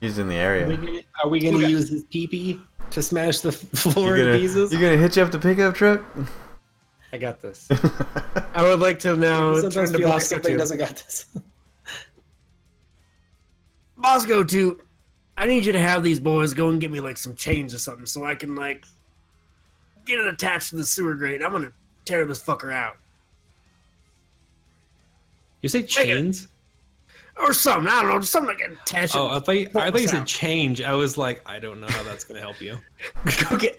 He's in the
Are we
area.
gonna, are we gonna use his pee to smash the *laughs*
You
floor
gonna,
in
you
pieces?
gonna hitch up the pickup truck?
I got this. I would like to now turn
Sometimes
to
feel like
Bosco
something
too.
doesn't got this.
Bosco too. I need you to have these boys go and get me like some chains or something so I can like get it attached to the sewer grate. I'm gonna tear this fucker out
You say chains?
or something. I don't know, just something I can attach. it.
Oh, I thought you- I thought you said
Sound.
change. I was like, I don't know how that's gonna help *laughs* you.
go get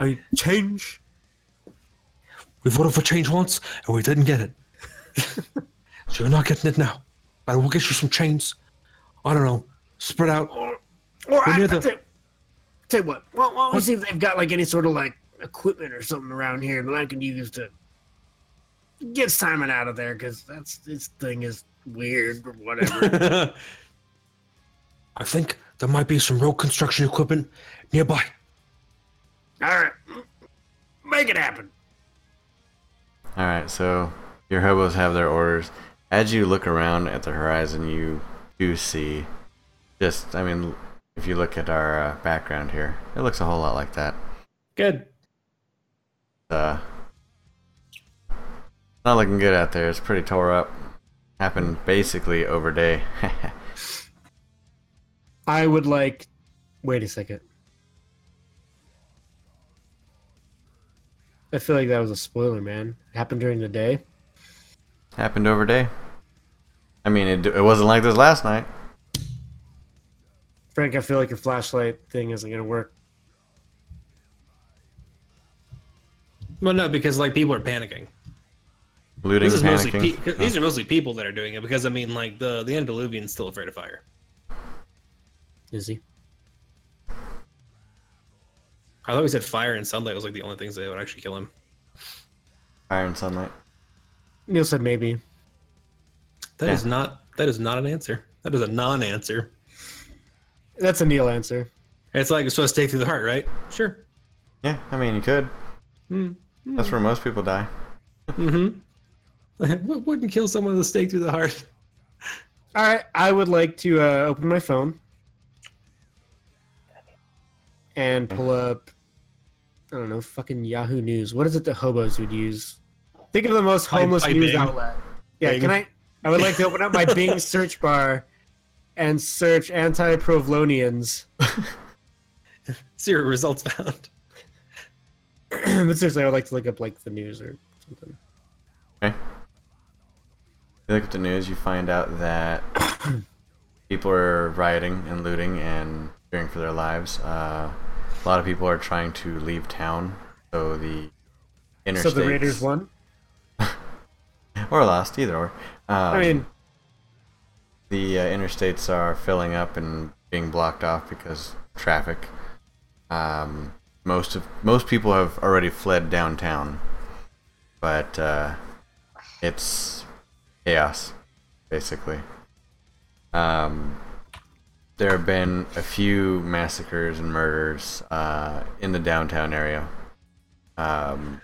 a change.
We voted for change once and we didn't get it. *laughs* so you're not getting it now. But we'll get you some chains. I don't know. Spread out.
Or
We
I,
need
I
to-
tell- tell you what, why, why don't we see if they've got like any sort of like equipment or something around here that I can use to get Simon out of there because that's this thing is weird or
*laughs*
whatever.
I think there might be some road construction equipment nearby.
All right, make it happen.
All right, so your hobos have their orders. As you look around at the horizon, you do see just, I mean, if you look at our uh, background here, it looks a whole lot like that.
Good.
Uh, not looking good out there. It's pretty tore up. Happened basically over day. *laughs*
I would like. Wait a second. I feel like that was a spoiler, man. It happened during the day.
Happened over day. I mean, it, it wasn't like this last night.
Frank, I feel like your flashlight thing isn't gonna work.
Well, no, because like people are panicking.
Looting,
This is mostly
panicking.
pe- these are mostly people that are doing it because I mean, like the the Andaluvian's still afraid of fire.
Is he?
I thought we said fire and sunlight was like the only things that would actually kill him.
Fire and sunlight.
Neil said maybe.
That is
Yeah.
not that is not an answer. That is a non-answer.
That's a Neil answer.
It's like it's supposed to take through the heart, right? Sure.
Yeah, I mean, you could.
Hmm.
That's where most people die.
Mm-hmm. *laughs* what wouldn't kill someone with a stake through the heart? *laughs*
All right, I would like to uh, open my phone and pull up. I don't know, fucking Yahoo News. What is it that hobos would use? Think of the most
By-
homeless
by
news
Bing.
outlet. Yeah,
Bing.
can I? I would like to open up my Bing search bar and search anti-Provlonians. *clears throat*
Zero results found. *laughs*
but seriously, I would like to look up like the news or something.
You look at the news, you find out
*coughs*
that people are rioting and looting and fearing for their lives. Uh, a lot of people are trying to leave town, so the interstates
So the Raiders won.
or lost, either or. Um,
I mean,
the uh, interstates are filling up and being blocked off because traffic. Um, most of most people have already fled downtown, but uh, it's chaos, basically. Um, there have been a few massacres and murders uh, in the downtown area. Um,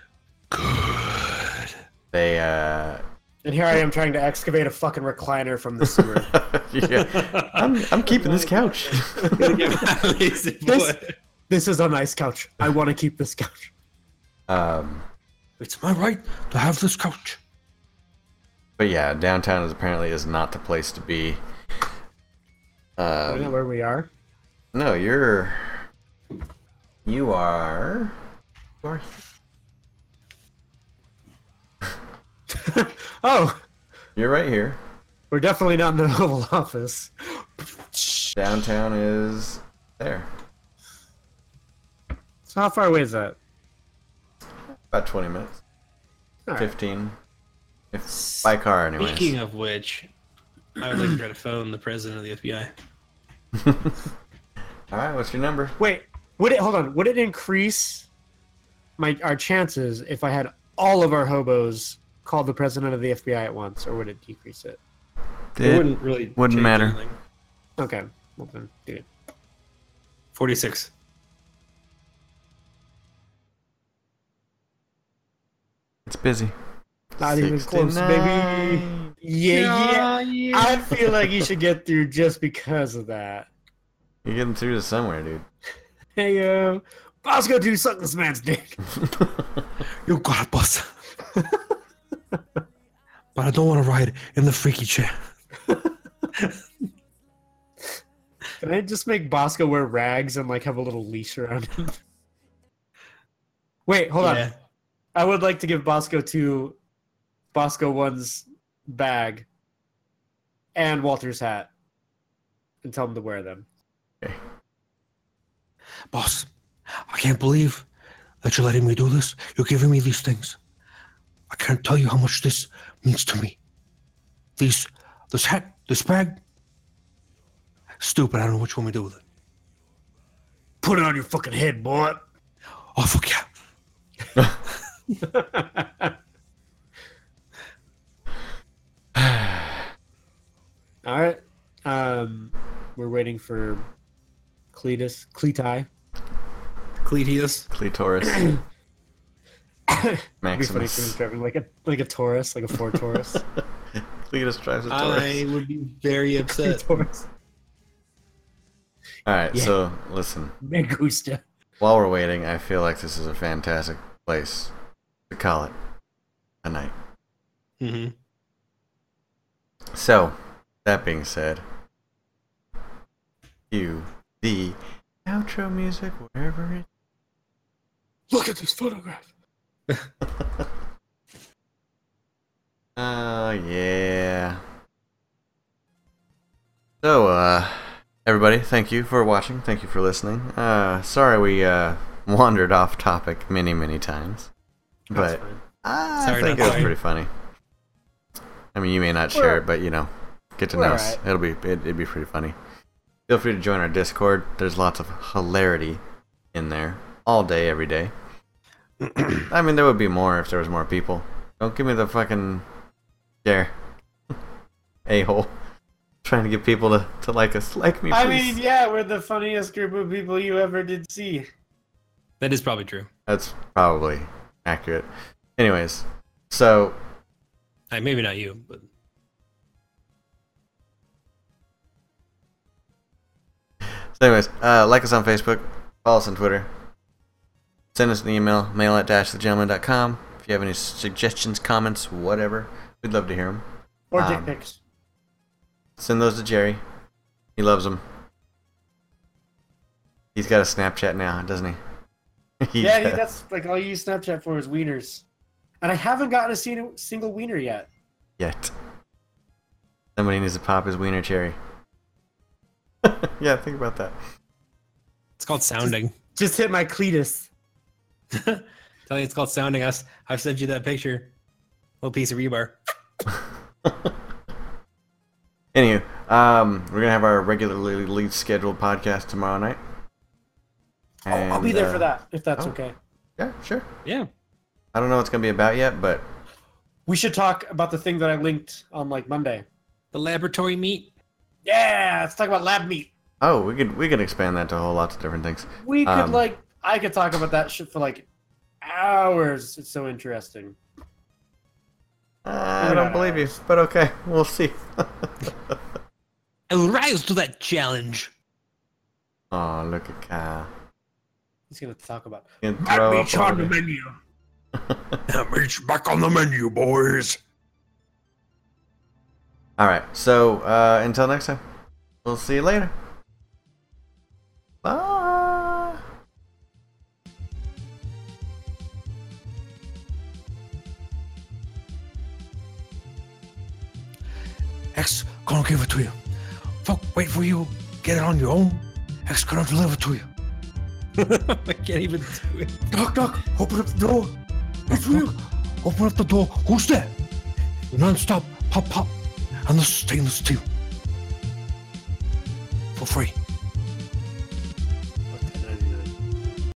Good. They uh, *laughs*
and here I am trying to excavate a fucking recliner from the sewer.
yeah. I'm, I'm keeping this couch. *laughs*
Lazy boy.
this is a nice couch. I want to keep this couch.
um,
It's my right to have this couch.
but yeah, downtown is apparently is not the place to be.
Isn't that
Um,
where we are?
no, you're you are you are
Oh,
you're right here.
we're definitely not in the *laughs* Oval Office.
Downtown is there,
So how far away is that?
about 20 minutes,
All right.
15, if by car anyways.
Speaking of which, I would like to try to phone the president of the FBI.
All right, what's your number?
Wait, would it? Hold on. Would it increase my our chances if I had all of our hobos call the president of the FBI at once, or would it decrease it?
It wouldn't really
wouldn't
change
matter.
anything.
Okay, well then, do it.
Forty-six.
It's busy.
Not even close, baby.
69.
Yeah, yeah. I feel like you should get through just because of that.
You're getting through to somewhere, dude.
Hey yo, Bosco, do suck this man's dick.
You got it, boss. *laughs* but I don't want to ride in the freaky chair.
Can I just make Bosco wear rags and like have a little leash around him? *laughs* Wait, hold on.
Yeah.
I would like to give Bosco two, Bosco one's bag, and Walter's hat, and tell him to wear them.
Boss, I can't believe that you're letting me do this. You're giving me these things. I can't tell you how much this means to me. These, this hat, this bag. Stupid. I don't know which one we do with it.
Put it on your fucking head, boy.
Oh fuck yeah!
All right. Um, we're waiting for Cletus, Cleti.
Cletius.
*coughs*
Clitoris.
It'd be funny if he was
Maximus.
driving like a like a Taurus, like a Ford
*laughs*
Taurus.
Cletus drives a Taurus.
I would be very upset.
Taurus.
All right,
Yeah.
so listen.
Mangusta.
While we're waiting, I feel like this is a fantastic place to call it a night.
hmm
So, that being said, cue the outro music wherever it.
Look at this photograph.
Oh yeah. So, uh, everybody, thank you for watching. Thank you for listening. Uh, sorry we uh, *laughs* wandered off topic many, many times,
That's
but
fine.
I
Sorry,
think it
not
was
sorry.
pretty funny. I mean, you may not share it, but you know, get to
we're
know us. It'll be it, it'd be pretty funny. Feel free to join our Discord. There's lots of hilarity in there all day, every day.
*coughs*
I mean, there would be more if there was more people. Don't give me the fucking dare, *laughs* a hole, trying to get people to, to like us, like me. Please.
I mean, yeah, we're the funniest group of people you ever did see.
That is probably true.
That's probably accurate. Anyways, so
I, maybe not you, but
So, anyways, uh, like us on Facebook, follow us on Twitter, send us an email, mail at dashthegentleman.com. If you have any suggestions, comments, whatever, we'd love to hear them.
Or
Um,
dick pics.
Send those to Jerry. He loves them. He's got a Snapchat now, doesn't he? *laughs* he
Yeah, dude,
does.
that's like all you use Snapchat for is wieners. And I haven't gotten a sin- single wiener yet.
Yet. Somebody needs to pop his wiener cherry. *laughs* yeah, think about that.
it's
*laughs*
called sounding.
Just hit my Cletus.
Tell you it's called sounding us. I've sent you that picture. Little piece of rebar.
Anywho, um, we're gonna have our regularly scheduled podcast tomorrow night.
Oh, I'll be
And,
there
uh,
for that, if that's
oh.
okay.
Yeah, sure.
Yeah.
I don't know what it's gonna be about yet, but
We should talk about the thing that I linked on like Monday.
The laboratory meat. *laughs*
Yeah, let's talk about lab meat.
oh, we could we could expand that to a whole lot of different things.
We could
Um,
like I could talk about that shit for like hours. It's so interesting.
Uh, I don't believe you, but okay, we'll see.
I'll rise to that challenge.
oh, look at Kyle.
He's gonna talk about
He can
That
throw
meat's
up
on the
all day.
*laughs*
menu.
That meat's back on the menu, boys.
All right, so uh, until next time, we'll see you later. Bye.
X gonna give it to you. Fuck, wait for you. Get it on your own. X gonna deliver it to you.
I can't even do it.
Knock, knock. Open up the door. It's real. Open up the door. Who's there? Non-stop pop pop, and the stainless steel for free.